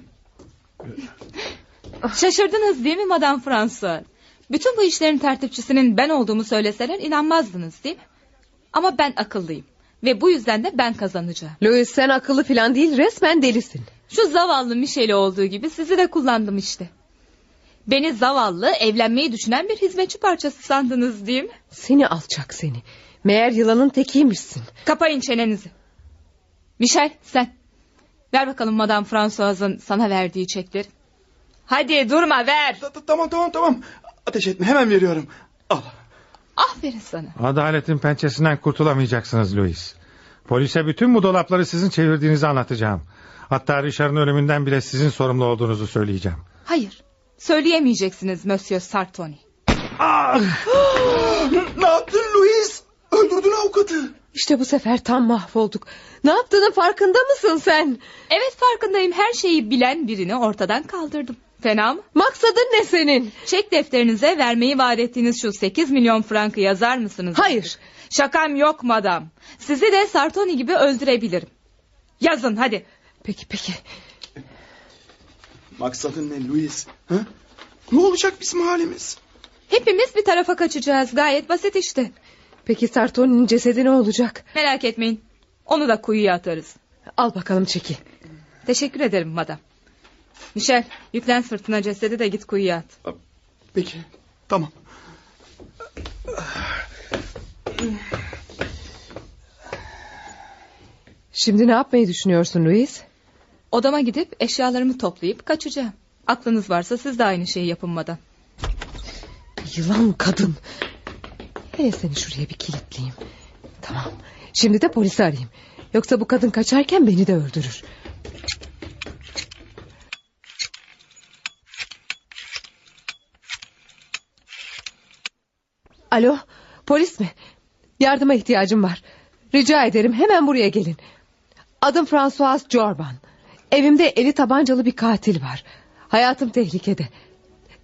S3: Şaşırdınız değil mi Madame François? Bütün bu işlerin tertipçisinin ben olduğumu söyleseler inanmazdınız değil mi? Ama ben akıllıyım. Ve bu yüzden de ben kazanacağım.
S4: Louis sen akıllı falan değil resmen delisin.
S3: Şu zavallı Michel'i olduğu gibi sizi de kullandım işte. Beni zavallı, evlenmeyi düşünen bir hizmetçi parçası sandınız değil mi?
S4: Seni alçak seni. Meğer yılanın tekiymişsin.
S3: Kapayın çenenizi. Michel sen. Ver bakalım Madame François'ın sana verdiği çekleri. Hadi durma ver.
S1: Ta- ta- Tamam tamam tamam. Ateş etme hemen veriyorum. Al.
S3: Aferin sana.
S5: Adaletin pençesinden kurtulamayacaksınız Louis. Polise bütün bu dolapları sizin çevirdiğinizi anlatacağım. Hatta Richard'ın ölümünden bile sizin sorumlu olduğunuzu söyleyeceğim.
S3: Hayır. Söyleyemeyeceksiniz Monsieur Sartoni.
S1: Ne yaptın Louis? Öldürdün avukatı.
S4: İşte bu sefer tam mahvolduk. Ne yaptığının farkında mısın sen?
S3: Evet farkındayım her şeyi bilen birini ortadan kaldırdım. Fena mı?
S4: Maksadın ne senin?
S3: Çek defterinize vermeyi vaat ettiğiniz şu 8 milyon frankı yazar mısınız?
S4: Hayır.
S3: Şakam yok madam. Sizi de Sartoni gibi öldürebilirim. Yazın hadi.
S4: Peki peki.
S1: Maksadın ne Louis? Ha? Ne olacak bizim halimiz?
S3: Hepimiz bir tarafa kaçacağız. Gayet basit işte.
S4: Peki Sartoni'nin cesedi ne olacak?
S3: Merak etmeyin. Onu da kuyuya atarız.
S4: Al bakalım çeki.
S3: Teşekkür ederim madam. Michel yüklen sırtına cesedi de git kuyuya at.
S1: Peki tamam.
S4: Şimdi ne yapmayı düşünüyorsun Louis?
S3: Odama gidip eşyalarımı toplayıp kaçacağım. Aklınız varsa siz de aynı şeyi yapın madam.
S4: Yılan kadın. Hele seni şuraya bir kilitleyeyim. Tamam. Şimdi de polisi arayayım. Yoksa bu kadın kaçarken beni de öldürür. Alo, polis mi? Yardıma ihtiyacım var. Rica ederim hemen buraya gelin. Adım François Jorban. Evimde eli tabancalı bir katil var. Hayatım tehlikede.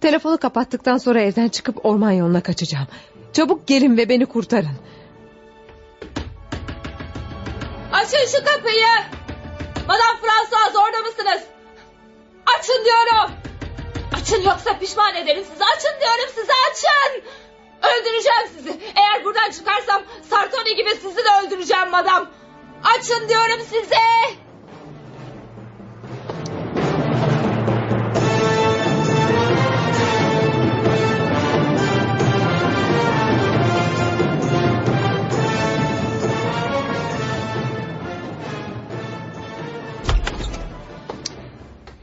S4: Telefonu kapattıktan sonra evden çıkıp orman yoluna kaçacağım. Çabuk gelin ve beni kurtarın.
S6: Açın şu kapıyı. Madame Françoise orada mısınız? Açın diyorum. Açın yoksa pişman ederim sizi. Açın diyorum size açın. Öldüreceğim sizi. Eğer buradan çıkarsam Sartoni gibi sizi de öldüreceğim madam. Açın diyorum size.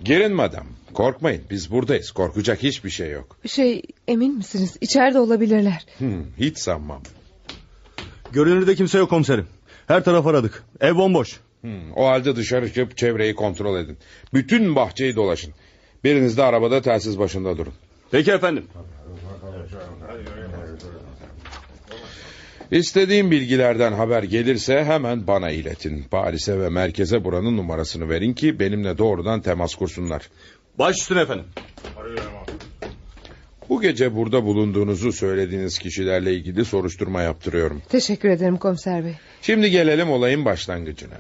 S7: Girin madam. Korkmayın biz buradayız. Korkacak hiçbir şey yok.
S4: Şey emin misiniz? İçeride olabilirler.
S7: Hmm, hiç sanmam.
S1: Görünürde kimse yok komiserim. Her taraf aradık. Ev bomboş.
S7: Hmm, o halde dışarı çıkıp çevreyi kontrol edin. Bütün bahçeyi dolaşın. Biriniz de arabada telsiz başında durun.
S1: Peki efendim.
S7: İstediğim bilgilerden haber gelirse hemen bana iletin. Paris'e ve merkeze buranın numarasını verin ki benimle doğrudan temas kursunlar.
S1: Baş üstüne efendim.
S7: Bu gece burada bulunduğunuzu söylediğiniz kişilerle ilgili soruşturma yaptırıyorum.
S4: Teşekkür ederim komiser bey.
S7: Şimdi gelelim olayın başlangıcına.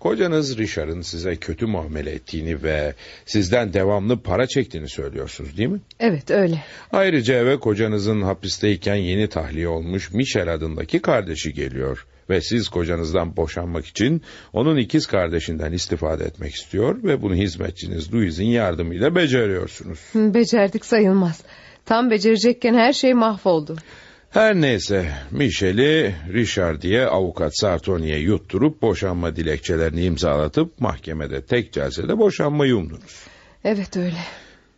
S7: Kocanız Richard'ın size kötü muamele ettiğini ve sizden devamlı para çektiğini söylüyorsunuz değil mi?
S4: Evet öyle.
S7: Ayrıca eve kocanızın hapisteyken yeni tahliye olmuş Michel adındaki kardeşi geliyor. Ve siz kocanızdan boşanmak için onun ikiz kardeşinden istifade etmek istiyor ve bunu hizmetçiniz Louis'in yardımıyla beceriyorsunuz.
S4: Hı, Becerdik sayılmaz. Tam becerecekken her şey mahvoldu.
S7: Her neyse Michel'i Richard diye avukat Sartoni'ye yutturup boşanma dilekçelerini imzalatıp mahkemede tek celsede boşanmayı umdunuz.
S4: Evet öyle.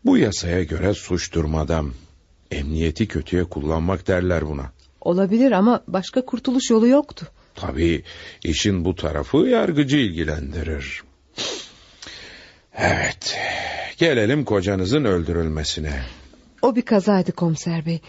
S7: Bu yasaya göre suç durmadan emniyeti kötüye kullanmak derler buna.
S4: Olabilir ama başka kurtuluş yolu yoktu.
S7: Tabii işin bu tarafı yargıcı ilgilendirir. Evet, gelelim kocanızın öldürülmesine.
S4: O bir kazaydı komiser bey.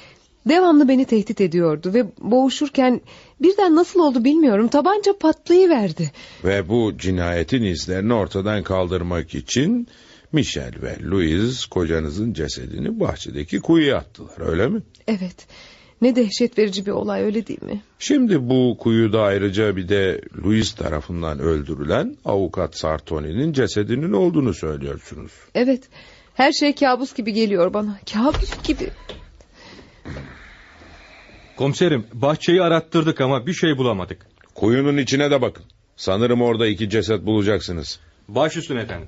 S4: Devamlı beni tehdit ediyordu ve boğuşurken birden nasıl oldu bilmiyorum tabanca patlayıverdi.
S7: Ve bu cinayetin izlerini ortadan kaldırmak için Michel ve Louise kocanızın cesedini bahçedeki kuyuya attılar öyle mi?
S4: Evet ne dehşet verici bir olay öyle değil mi?
S7: Şimdi bu kuyuda ayrıca bir de Louise tarafından öldürülen avukat Sartoni'nin cesedinin olduğunu söylüyorsunuz.
S4: Evet her şey kabus gibi geliyor bana kabus gibi.
S8: Komiserim bahçeyi arattırdık ama bir şey bulamadık.
S7: Kuyunun içine de bakın. Sanırım orada iki ceset bulacaksınız.
S8: Baş üstüne efendim.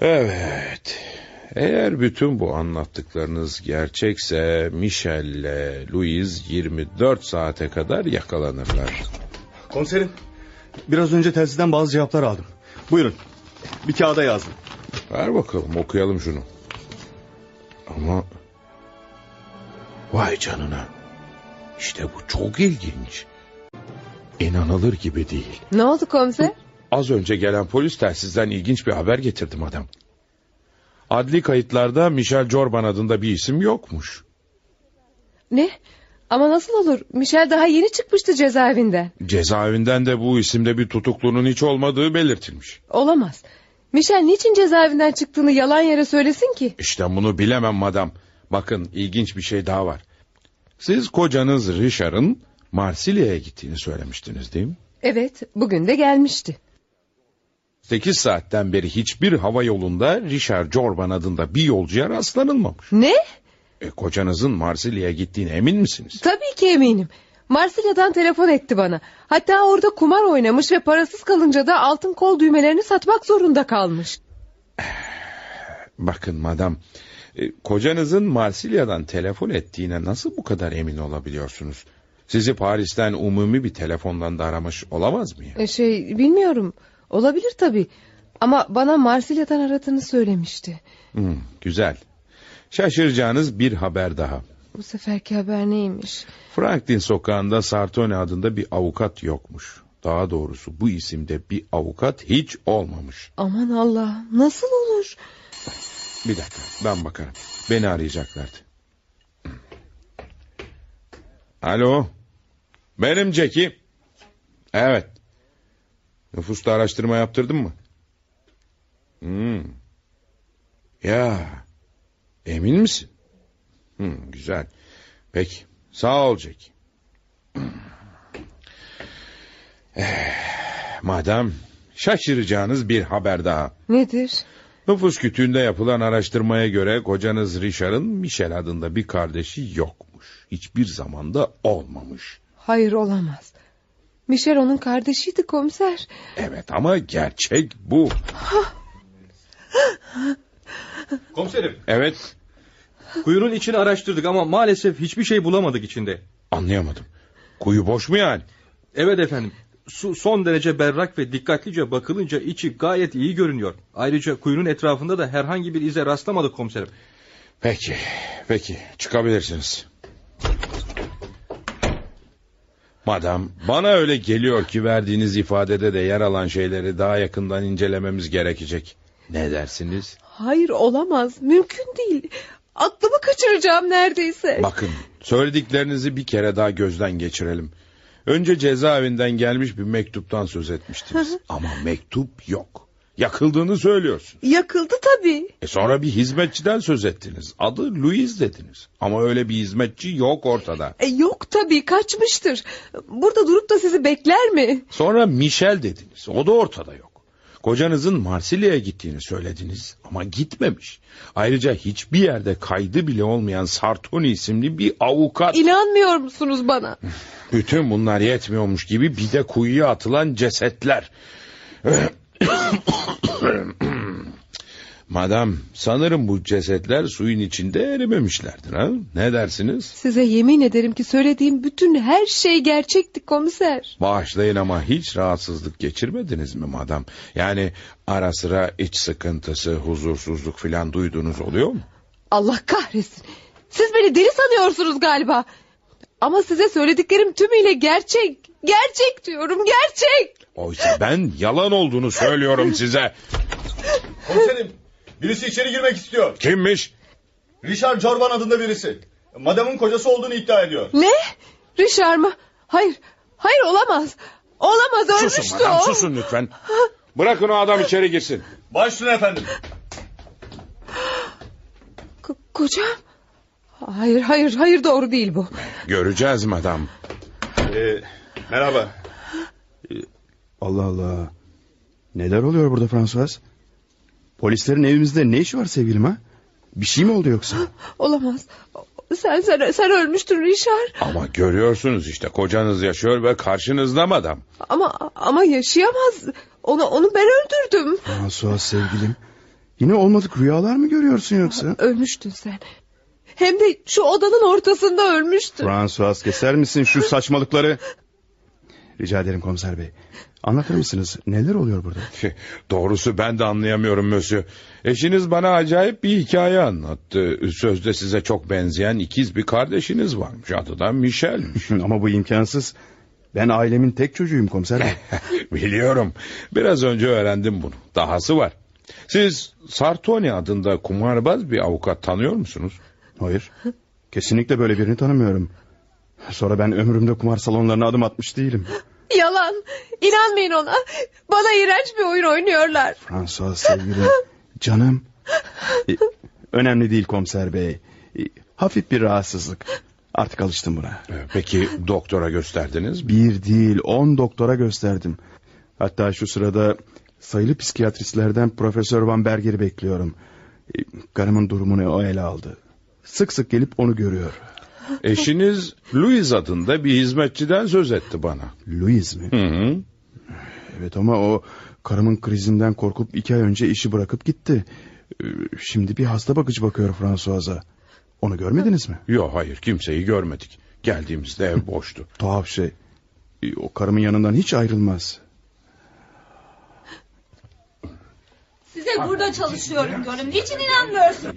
S7: Evet. Eğer bütün bu anlattıklarınız gerçekse Michelle ile Louise 24 saate kadar yakalanırlar.
S1: Komiserim. Biraz önce telsizden bazı cevaplar aldım. Buyurun. Bir kağıda yazdım.
S7: Ver bakalım okuyalım şunu. Ama vay canına. İşte bu çok ilginç. İnanılır gibi değil.
S4: Ne oldu komiser?
S7: Az önce gelen polis telsizden ilginç bir haber getirdim adam. Adli kayıtlarda Michel Jorban adında bir isim yokmuş.
S4: Ne? Ama nasıl olur? Michel daha yeni çıkmıştı cezaevinden.
S7: Cezaevinden de bu isimde bir tutuklunun hiç olmadığı belirtilmiş.
S4: Olamaz. Michel niçin cezaevinden çıktığını yalan yere söylesin ki?
S7: İşte bunu bilemem madam. Bakın ilginç bir şey daha var. Siz kocanız Richard'ın Marsilya'ya gittiğini söylemiştiniz değil mi?
S4: Evet, bugün de gelmişti.
S7: 8 saatten beri hiçbir hava yolunda Richard Jorban adında bir yolcuya rastlanılmamış.
S4: Ne?
S7: E, kocanızın Marsilya'ya gittiğine emin misiniz?
S4: Tabii ki eminim. Marsilya'dan telefon etti bana. Hatta orada kumar oynamış ve parasız kalınca da altın kol düğmelerini satmak zorunda kalmış.
S7: Bakın madam, e, kocanızın Marsilya'dan telefon ettiğine nasıl bu kadar emin olabiliyorsunuz? Sizi Paris'ten umumi bir telefondan da aramış olamaz mı ya?
S4: E, şey bilmiyorum. Olabilir tabii. Ama bana Marsilya'dan aradığını söylemişti.
S7: Hmm, güzel. Şaşıracağınız bir haber daha.
S4: Bu seferki haber neymiş?
S7: Franklin sokağında Sartone adında bir avukat yokmuş. Daha doğrusu bu isimde bir avukat hiç olmamış.
S4: Aman Allah nasıl olur?
S7: Bir dakika ben bakarım. Beni arayacaklardı. Alo. Benim Jack'i. Evet. Nüfusta araştırma yaptırdın mı? Hmm. Ya. Emin misin? Hmm, güzel. Peki. Sağ ol Jack. Eh, Madam şaşıracağınız bir haber daha.
S4: Nedir?
S7: Nüfus kütüğünde yapılan araştırmaya göre kocanız Richard'ın Michel adında bir kardeşi yokmuş. Hiçbir zamanda olmamış.
S4: Hayır olamaz. Michel onun kardeşiydi komiser.
S7: Evet ama gerçek bu.
S8: Komiserim
S7: Evet
S8: kuyunun içini araştırdık ama maalesef hiçbir şey bulamadık içinde.
S7: anlayamadım. Kuyu boş mu yani?
S8: Evet efendim. Su son derece berrak ve dikkatlice bakılınca içi gayet iyi görünüyor. Ayrıca kuyunun etrafında da herhangi bir ize rastlamadık komiserim.
S7: Peki, peki çıkabilirsiniz. Madam, bana öyle geliyor ki verdiğiniz ifadede de yer alan şeyleri daha yakından incelememiz gerekecek. Ne dersiniz?
S4: Hayır olamaz. Mümkün değil. Aklımı kaçıracağım neredeyse.
S7: Bakın, söylediklerinizi bir kere daha gözden geçirelim. Önce cezaevinden gelmiş bir mektuptan söz etmiştiniz. Ama mektup yok. Yakıldığını söylüyorsun.
S4: Yakıldı tabii.
S7: E sonra bir hizmetçiden söz ettiniz. Adı Louis dediniz. Ama öyle bir hizmetçi yok ortada.
S4: E, yok tabii kaçmıştır. Burada durup da sizi bekler mi?
S7: Sonra Michel dediniz. O da ortada yok. Kocanızın Marsilya'ya gittiğini söylediniz ama gitmemiş. Ayrıca hiçbir yerde kaydı bile olmayan Sartoni isimli bir avukat.
S4: İnanmıyor musunuz bana?
S7: Bütün bunlar yetmiyormuş gibi bir de kuyuya atılan cesetler. Madam sanırım bu cesetler suyun içinde erimemişlerdir ha? Ne dersiniz?
S4: Size yemin ederim ki söylediğim bütün her şey gerçekti komiser.
S7: Bağışlayın ama hiç rahatsızlık geçirmediniz mi madam? Yani ara sıra iç sıkıntısı, huzursuzluk filan duyduğunuz oluyor mu?
S4: Allah kahretsin. Siz beni deli sanıyorsunuz galiba. Ama size söylediklerim tümüyle gerçek. Gerçek diyorum gerçek.
S7: Oysa ben yalan olduğunu söylüyorum size.
S9: Komiserim birisi içeri girmek istiyor.
S7: Kimmiş?
S9: Richard Jordan adında birisi. Madamın kocası olduğunu iddia ediyor.
S4: Ne? Richard mı? Hayır. Hayır olamaz. Olamaz ölmüştü
S7: Susun madam,
S4: o.
S7: susun lütfen. Bırakın o adam içeri girsin.
S9: Başüstüne efendim.
S4: Ko- kocam? Hayır hayır hayır doğru değil bu.
S7: Göreceğiz madam.
S9: Ee, merhaba.
S1: Ee, Allah Allah. Neler oluyor burada François? Polislerin evimizde ne işi var sevgilim ha? Bir şey mi oldu yoksa?
S4: Olamaz. Sen sen sen ölmüştün Richard.
S7: Ama görüyorsunuz işte kocanız yaşıyor ve karşınızda madam.
S4: Ama ama yaşayamaz. Onu onu ben öldürdüm.
S1: François sevgilim. Yine olmadık rüyalar mı görüyorsun yoksa?
S4: Ölmüştün sen. Hem de şu odanın ortasında ölmüştün.
S1: François keser misin şu saçmalıkları? Rica ederim komiser bey. Anlatır mısınız neler oluyor burada?
S7: Doğrusu ben de anlayamıyorum Mösyö. Eşiniz bana acayip bir hikaye anlattı. Sözde size çok benzeyen ikiz bir kardeşiniz varmış. Adı da Michel.
S1: Ama bu imkansız. Ben ailemin tek çocuğuyum komiser bey.
S7: Biliyorum. Biraz önce öğrendim bunu. Dahası var. Siz Sartoni adında kumarbaz bir avukat tanıyor musunuz?
S1: Hayır. Kesinlikle böyle birini tanımıyorum. Sonra ben ömrümde kumar salonlarına adım atmış değilim.
S4: Yalan. İnanmayın ona. Bana iğrenç bir oyun oynuyorlar.
S1: François sevgilim. Canım. E, önemli değil komiser bey. E, hafif bir rahatsızlık. Artık alıştım buna.
S7: Ee, Peki doktora gösterdiniz mi?
S1: Bir değil on doktora gösterdim. Hatta şu sırada sayılı psikiyatristlerden Profesör Van Berger'i bekliyorum. E, Karımın durumunu o ele aldı. Sık sık gelip onu görüyor.
S7: Eşiniz Louis adında bir hizmetçiden söz etti bana.
S1: Louis mi?
S7: Hı hı.
S1: Evet ama o Karımın krizinden korkup iki ay önce işi bırakıp gitti. Ee, Şimdi bir hasta bakıcı bakıyor Fransuaz'a. Onu görmediniz mi?
S7: Yok hayır kimseyi görmedik. Geldiğimizde ev boştu.
S1: Tuhaf şey. Ee, O karımın yanından hiç ayrılmaz.
S6: Size burada çalışıyorum diyorum. Niçin inanmıyorsun?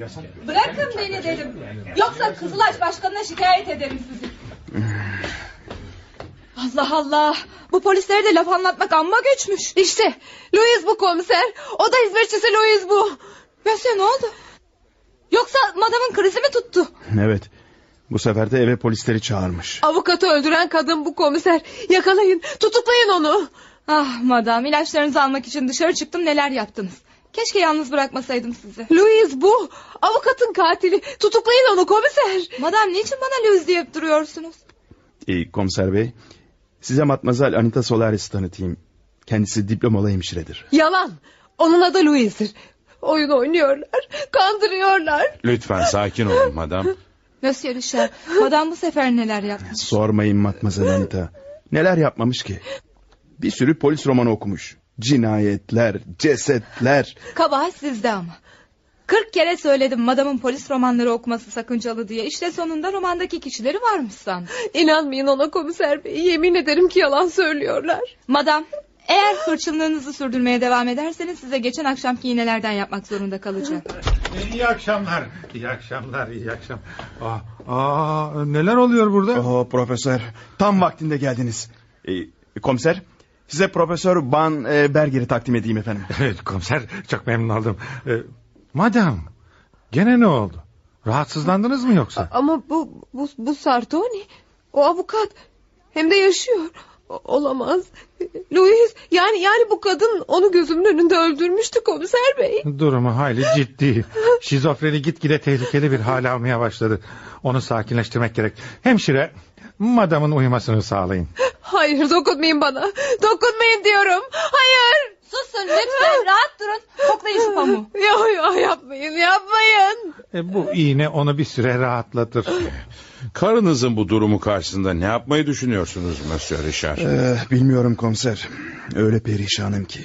S6: Bırakın beni dedim. Yoksa Kızılaç Başkanı'na şikayet ederim sizi.
S3: Allah Allah. Bu polislere de laf anlatmak amma güçmüş.
S4: İşte Louis bu komiser. O da hizmetçisi Louis bu.
S3: Mösyö ne oldu? Yoksa madamın krizi mi tuttu?
S1: Evet. Bu sefer de eve polisleri çağırmış.
S4: Avukatı öldüren kadın bu komiser. Yakalayın tutuklayın onu.
S3: Ah madam ilaçlarınızı almak için dışarı çıktım neler yaptınız. Keşke yalnız bırakmasaydım sizi.
S4: Louis bu. Avukatın katili. Tutuklayın onu komiser.
S3: Madam niçin bana löz deyip duruyorsunuz?
S1: Ee, komiser bey, size Matmazel Anita Solaris tanıtayım. Kendisi diplomalı hemşiredir.
S4: Yalan. Onun adı Louis'tir. Oyun oynuyorlar. Kandırıyorlar.
S7: Lütfen sakin olun madam.
S3: Monsieur Richard, madam bu sefer neler yapmış?
S1: Sormayın Matmazel Anita. Neler yapmamış ki? Bir sürü polis romanı okumuş. Cinayetler, cesetler.
S3: Kabahat sizde ama. Kırk kere söyledim madamın polis romanları okuması sakıncalı diye. İşte sonunda romandaki kişileri varmış sandım.
S4: İnanmayın ona komiser bey. Yemin ederim ki yalan söylüyorlar.
S3: Madam, eğer hırçınlığınızı sürdürmeye devam ederseniz size geçen akşamki iğnelerden yapmak zorunda kalacağım.
S5: İyi akşamlar. İyi akşamlar, iyi akşam. Aa, aa, neler oluyor burada?
S1: Oho profesör, tam vaktinde geldiniz. Ee, komiser, size Profesör Ban e, Berger'i takdim edeyim efendim.
S5: Evet komiser çok memnun oldum. Ee, madam gene ne oldu? Rahatsızlandınız mı yoksa?
S4: Ama bu, bu, bu Sartoni. O avukat. Hem de yaşıyor. O- olamaz. Louis yani yani bu kadın onu gözümün önünde öldürmüştü komiser bey.
S5: Durumu hayli ciddi. Şizofreni gitgide tehlikeli bir hale almaya başladı. Onu sakinleştirmek gerek. Hemşire madamın uyumasını sağlayın.
S4: Hayır dokunmayın bana. Dokunmayın diyorum. Hayır.
S6: Susun lütfen rahat durun.
S3: Koklayın şu pamuğu.
S4: Yok yok yapmayın yapmayın.
S5: E, bu iğne onu bir süre rahatlatır.
S7: Karınızın bu durumu karşısında ne yapmayı düşünüyorsunuz Monsieur Richard?
S1: Ee, bilmiyorum komiser. Öyle perişanım ki.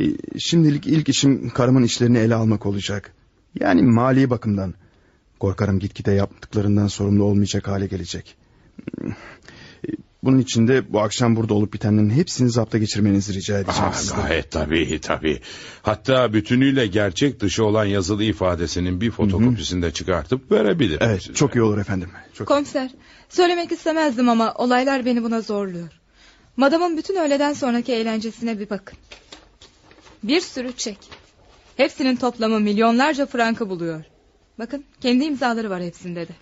S1: Ee, Şimdilik ilk işim karımın işlerini ele almak olacak. Yani mali bakımdan. Korkarım gitgide yaptıklarından sorumlu olmayacak hale gelecek. Ee, Bunun için de bu akşam burada olup bitenlerin hepsini zapta geçirmenizi rica edeceğim
S7: Ah,
S1: sizden.
S7: gayet tabii tabii. Hatta bütünüyle gerçek dışı olan yazılı ifadesinin bir fotokopisini de çıkartıp verebilirim size.
S1: Evet çok iyi olur efendim. Çok...
S3: Komiser, söylemek istemezdim ama olaylar beni buna zorluyor. Madamın bütün öğleden sonraki eğlencesine bir bakın. Bir sürü çek. Hepsinin toplamı milyonlarca frankı buluyor. Bakın kendi imzaları var hepsinde de.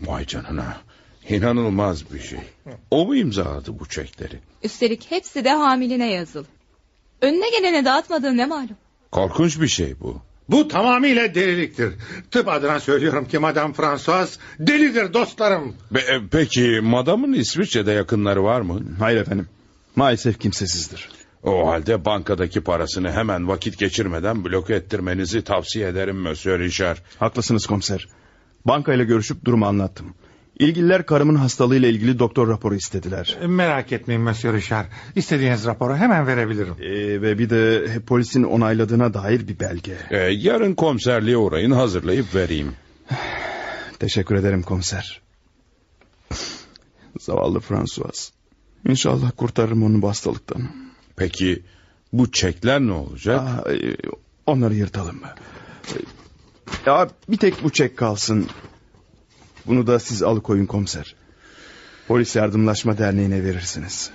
S7: Vay canına. İnanılmaz bir şey. O mu imzaladı bu çekleri?
S3: Üstelik hepsi de hamiline yazılı. Önüne gelene dağıtmadığı ne malum.
S7: Korkunç bir şey bu.
S5: Bu tamamıyla deliliktir. Tıp adına söylüyorum ki madam François delidir dostlarım.
S7: Be- e, peki madamın İsviçre'de yakınları var mı?
S1: Hayır efendim. Maalesef kimsesizdir.
S7: O halde bankadaki parasını hemen vakit geçirmeden bloke ettirmenizi tavsiye ederim Monsieur Richard.
S1: Haklısınız komiser. Bankayla görüşüp durumu anlattım. İlgililer karımın hastalığıyla ilgili doktor raporu istediler.
S5: Ee, Merak etmeyin Monsieur Richard. İstediğiniz raporu hemen verebilirim.
S1: Ee, ve bir de polisin onayladığına dair bir belge.
S7: E, yarın komiserliğe uğrayın hazırlayıp vereyim.
S1: Teşekkür ederim komiser. Zavallı François. İnşallah kurtarırım onu bu hastalıktan.
S7: Peki bu çekler ne olacak?
S1: Aa, e, onları yırtalım. E, Ya bir tek bu çek kalsın. Bunu da siz alıkoyun komiser. Polis Yardımlaşma Derneği'ne verirsiniz.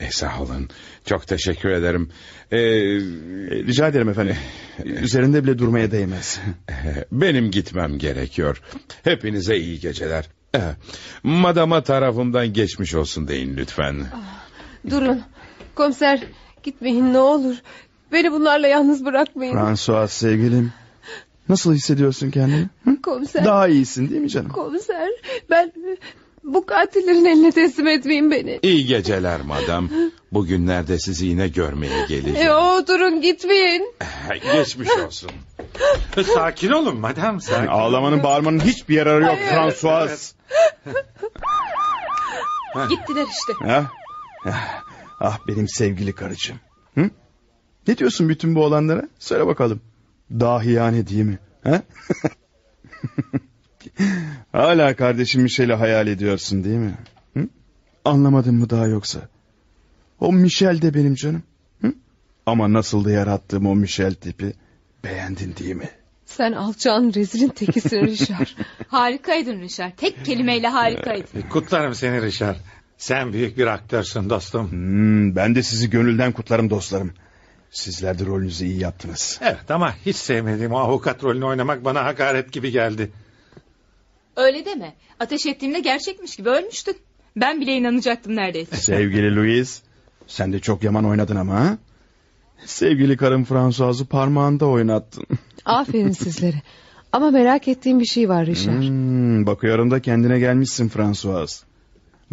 S7: E, sağ olun. Çok teşekkür ederim. E,
S1: E, rica ederim efendim. E, Üzerinde bile durmaya değmez.
S7: eh, benim gitmem gerekiyor. Hepinize iyi geceler. E, madama tarafımdan geçmiş olsun deyin lütfen.
S4: Durun. Komiser gitmeyin ne olur. Beni bunlarla yalnız bırakmayın.
S1: François sevgilim. Nasıl hissediyorsun kendini? Hı?
S4: komiser.
S1: Daha iyisin değil mi canım?
S4: Komiser ben bu katillerin eline teslim etmeyin beni.
S7: İyi geceler madam. Bugünlerde sizi yine görmeye geleceğim. Eh,
S4: Yo durun gitmeyin.
S7: Geçmiş olsun.
S5: Sakin olun madam sakin.
S1: Ağlamanın bağırmanın hiçbir yararı yok François.
S3: Gittiler işte.
S1: Ha? Ah, ah benim sevgili karıcığım. Hı? Ne diyorsun bütün bu olanlara? Söyle bakalım. Dahiyane değil mi? Ha? Hala kardeşim Michel'i hayal ediyorsun değil mi? Hı? Anlamadın mı daha yoksa? O Michel de benim canım. Hı? Ama nasıl da yarattığım o Michel tipi beğendin değil mi?
S4: Sen alçağın rezilin tekisin Richard.
S6: Harikaydın Richard. Tek kelimeyle harikaydın.
S5: Kutlarım seni Richard. Sen büyük bir aktörsün dostum.
S1: Hmm, ben de sizi gönülden kutlarım dostlarım. Sizler de rolünüzü iyi yaptınız.
S5: Evet ama hiç sevmediğim o avukat rolünü oynamak bana hakaret gibi geldi.
S6: Öyle deme. Ateş ettiğimde gerçekmiş gibi ölmüştün. Ben bile inanacaktım neredeyse.
S1: Sevgili Louis, sen de çok yaman oynadın ama. ha? Sevgili karım Fransuaz'ı parmağında oynattın.
S4: Aferin sizlere. Ama merak ettiğim bir şey var Richard.
S1: Hmm, bakıyorum da kendine gelmişsin Fransuaz.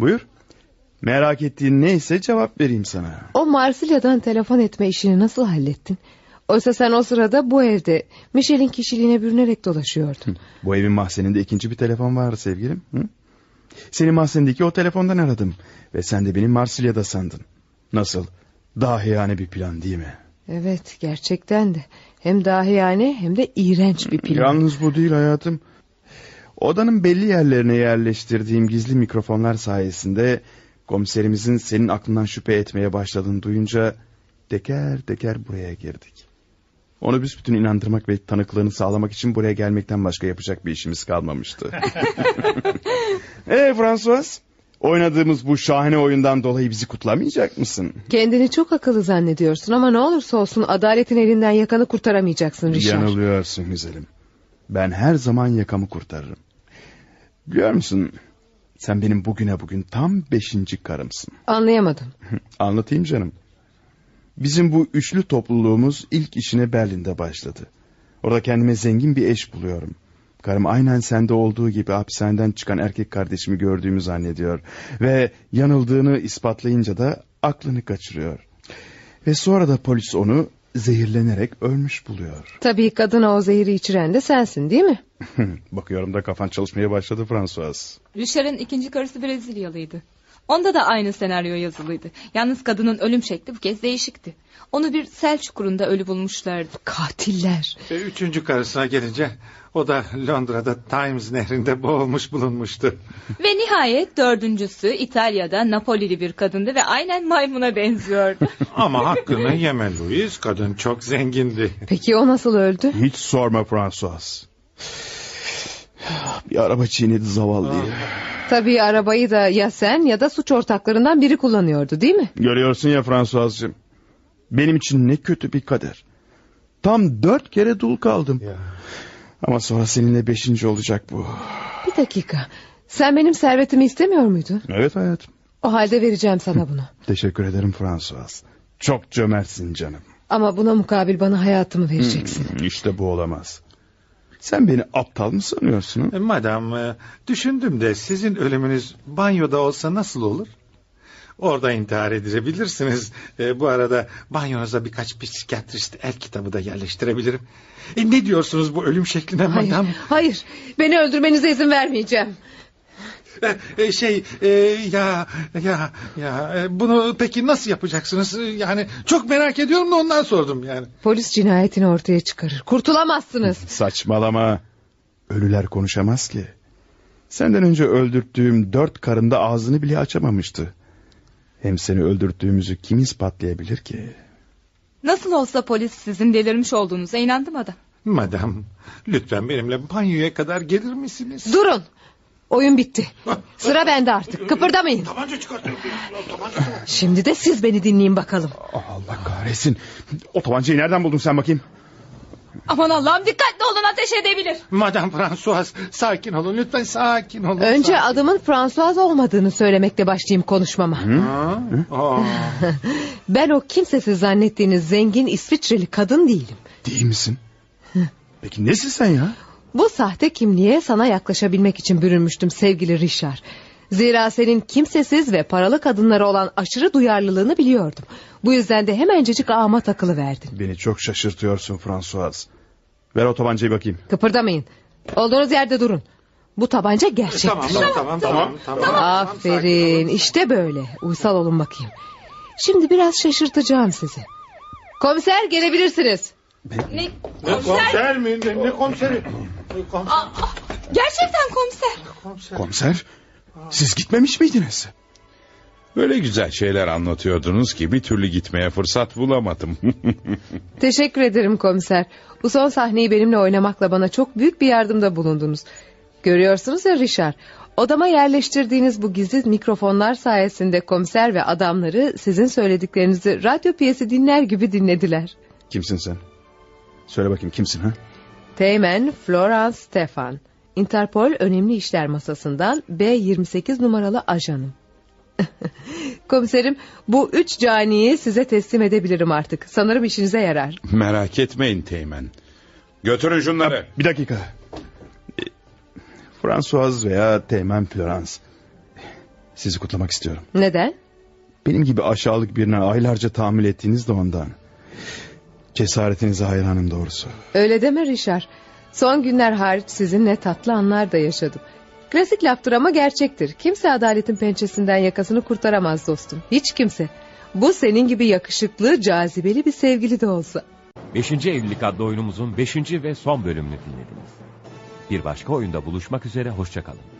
S1: Buyur. Merak ettiğin neyse cevap vereyim sana.
S4: O Marsilya'dan telefon etme işini nasıl hallettin? Oysa sen o sırada bu evde Michel'in kişiliğine bürünerek dolaşıyordun.
S1: Bu evin mahzeninde ikinci bir telefon var sevgilim. Hı? Senin mahzendeki o telefondan aradım. Ve sen de beni Marsilya'da sandın. Nasıl? Dahiyane bir plan değil mi?
S4: Evet gerçekten de. Hem dahiyane hem de iğrenç bir plan.
S1: Yalnız bu değil hayatım. Odanın belli yerlerine yerleştirdiğim gizli mikrofonlar sayesinde... ...komiserimizin senin aklından şüphe etmeye başladığını duyunca... ...teker teker buraya girdik. Onu büsbütün inandırmak ve tanıklığını sağlamak için buraya gelmekten başka yapacak bir işimiz kalmamıştı. Eee François, oynadığımız bu şahane oyundan dolayı bizi kutlamayacak mısın?
S4: Kendini çok akıllı zannediyorsun ama ne olursa olsun adaletin elinden yakanı kurtaramayacaksın Richard.
S1: Yanılıyorsun güzelim. Ben her zaman yakamı kurtarırım. Biliyor musun? Sen benim bugüne bugün tam beşinci karımsın.
S4: Anlayamadım.
S1: Anlatayım canım. Bizim bu üçlü topluluğumuz ilk işine Berlin'de başladı. Orada kendime zengin bir eş buluyorum. Karım aynen sende olduğu gibi hapishaneden çıkan erkek kardeşimi gördüğümü zannediyor. Ve yanıldığını ispatlayınca da aklını kaçırıyor. Ve sonra da polis onu zehirlenerek ölmüş buluyor.
S4: Tabii kadına o zehri içiren de sensin değil mi?
S1: Bakıyorum da kafan çalışmaya başladı François.
S3: Richard'ın ikinci karısı Brezilyalıydı. Onda da aynı senaryo yazılıydı. Yalnız kadının ölüm şekli bu kez değişikti. Onu bir sel çukurunda ölü bulmuşlardı.
S4: Katiller.
S5: E, Üçüncü karısına gelince o da Londra'da Times nehrinde boğulmuş bulunmuştu.
S3: Ve nihayet dördüncüsü İtalya'da Napolili bir kadındı ve aynen maymuna benziyordu.
S5: Ama hakkını yeme Louis. Kadın çok zengindi.
S4: Peki o nasıl öldü?
S1: Hiç sorma François. Bir araba çiğnedi zavallıyı.
S4: Tabii arabayı da ya sen ya da suç ortaklarından biri kullanıyordu değil mi?
S1: Görüyorsun ya François'cığım. Benim için ne kötü bir kader. Tam dört kere dul kaldım. Ama sonra seninle beşinci olacak bu.
S4: Bir dakika. Sen benim servetimi istemiyor muydun?
S1: Evet hayatım.
S4: O halde vereceğim sana bunu.
S1: Teşekkür ederim François. Çok cömertsin canım.
S4: Ama buna mukabil bana hayatımı
S1: Hmm.
S4: vereceksin.
S1: İşte bu olamaz. Sen beni aptal mı sanıyorsun? ha?
S5: E, Madam e, düşündüm de sizin ölümünüz banyoda olsa nasıl olur? Orada intihar edilebilirsiniz. E, bu arada banyonuza birkaç psikiyatrist el kitabı da yerleştirebilirim. E, ne diyorsunuz bu ölüm şekline
S4: Hayır,
S5: madam?
S4: hayır. Beni öldürmenize izin vermeyeceğim.
S5: E, e, şey e, ya ya ya e, bunu peki nasıl yapacaksınız? E, Yani çok merak ediyorum da ondan sordum yani.
S4: Polis cinayetini ortaya çıkarır. Kurtulamazsınız.
S1: Saçmalama. Ölüler konuşamaz ki. Senden önce öldürttüğüm dört karım da ağzını bile açamamıştı. Hem seni öldürttüğümüzü kim ispatlayabilir ki?
S3: Nasıl olsa polis sizin delirmiş olduğunuza inandım adam.
S5: Madam lütfen benimle banyoya kadar gelir misiniz?
S4: Durun. Oyun bitti. Sıra bende artık. Kıpırdamayın.
S5: Tabanca çıkartın.
S4: Şimdi de siz beni dinleyin bakalım.
S1: Ah, Allah kahretsin. O tabancayı nereden buldun sen bakayım?
S6: Aman Allah'ım dikkatli olun ateş edebilir.
S5: Madam François sakin olun lütfen sakin olun.
S4: Önce
S5: sakin.
S4: adımın François olmadığını söylemekle başlayayım konuşmama.
S5: Ha? Aa.
S4: Ben o kimsesiz zannettiğiniz zengin İsviçreli kadın değilim.
S1: Değil misin? Peki nesin sen ya?
S4: Bu sahte kimliğe sana yaklaşabilmek için bürünmüştüm sevgili Richard. Zira senin kimsesiz ve paralı kadınlara olan aşırı duyarlılığını biliyordum. Bu yüzden de hemencecik ağıma takılı verdin.
S1: Beni çok şaşırtıyorsun François. Ver o tabancayı bakayım.
S4: Kıpırdamayın. Olduğunuz yerde durun. Bu tabanca gerçek.
S5: Tamam, tamam, tamam, tamam, tamam,
S4: Aferin işte böyle. Uysal olun bakayım. Şimdi biraz şaşırtacağım sizi. Komiser gelebilirsiniz.
S6: Ne?
S5: Ne
S6: Komiser.
S5: komiser mi? Ne, ne komiseri? Ne komiser?
S6: Aa, gerçekten komiser.
S5: komiser.
S1: Komiser siz gitmemiş miydiniz?
S7: Böyle güzel şeyler anlatıyordunuz ki bir türlü gitmeye fırsat bulamadım.
S4: Teşekkür ederim komiser. Bu son sahneyi benimle oynamakla bana çok büyük bir yardımda bulundunuz. Görüyorsunuz ya Richard. Odama yerleştirdiğiniz bu gizli mikrofonlar sayesinde komiser ve adamları sizin söylediklerinizi radyo piyesi dinler gibi dinlediler.
S1: Kimsin sen? Söyle bakayım kimsin ha?
S4: Teğmen Florence Stefan. Interpol önemli işler masasından B28 numaralı ajanım. Komiserim bu üç caniyi size teslim edebilirim artık. Sanırım işinize yarar.
S7: Merak etmeyin Teğmen. Götürün şunları.
S1: Bir dakika. E, François veya Teğmen Florence. Sizi kutlamak istiyorum.
S4: Neden?
S1: Benim gibi aşağılık birine aylarca tahammül ettiğiniz de ondan. Cesaretinize hayranım doğrusu.
S4: Öyle deme Richard. Son günler hariç sizinle tatlı anlar da yaşadım. Klasik laftır ama gerçektir. Kimse adaletin pençesinden yakasını kurtaramaz dostum. Hiç kimse. Bu senin gibi yakışıklı, cazibeli bir sevgili de olsa.
S2: 5. Evlilik adlı oyunumuzun 5. ve son bölümünü dinlediniz. Bir başka oyunda buluşmak üzere hoşçakalın.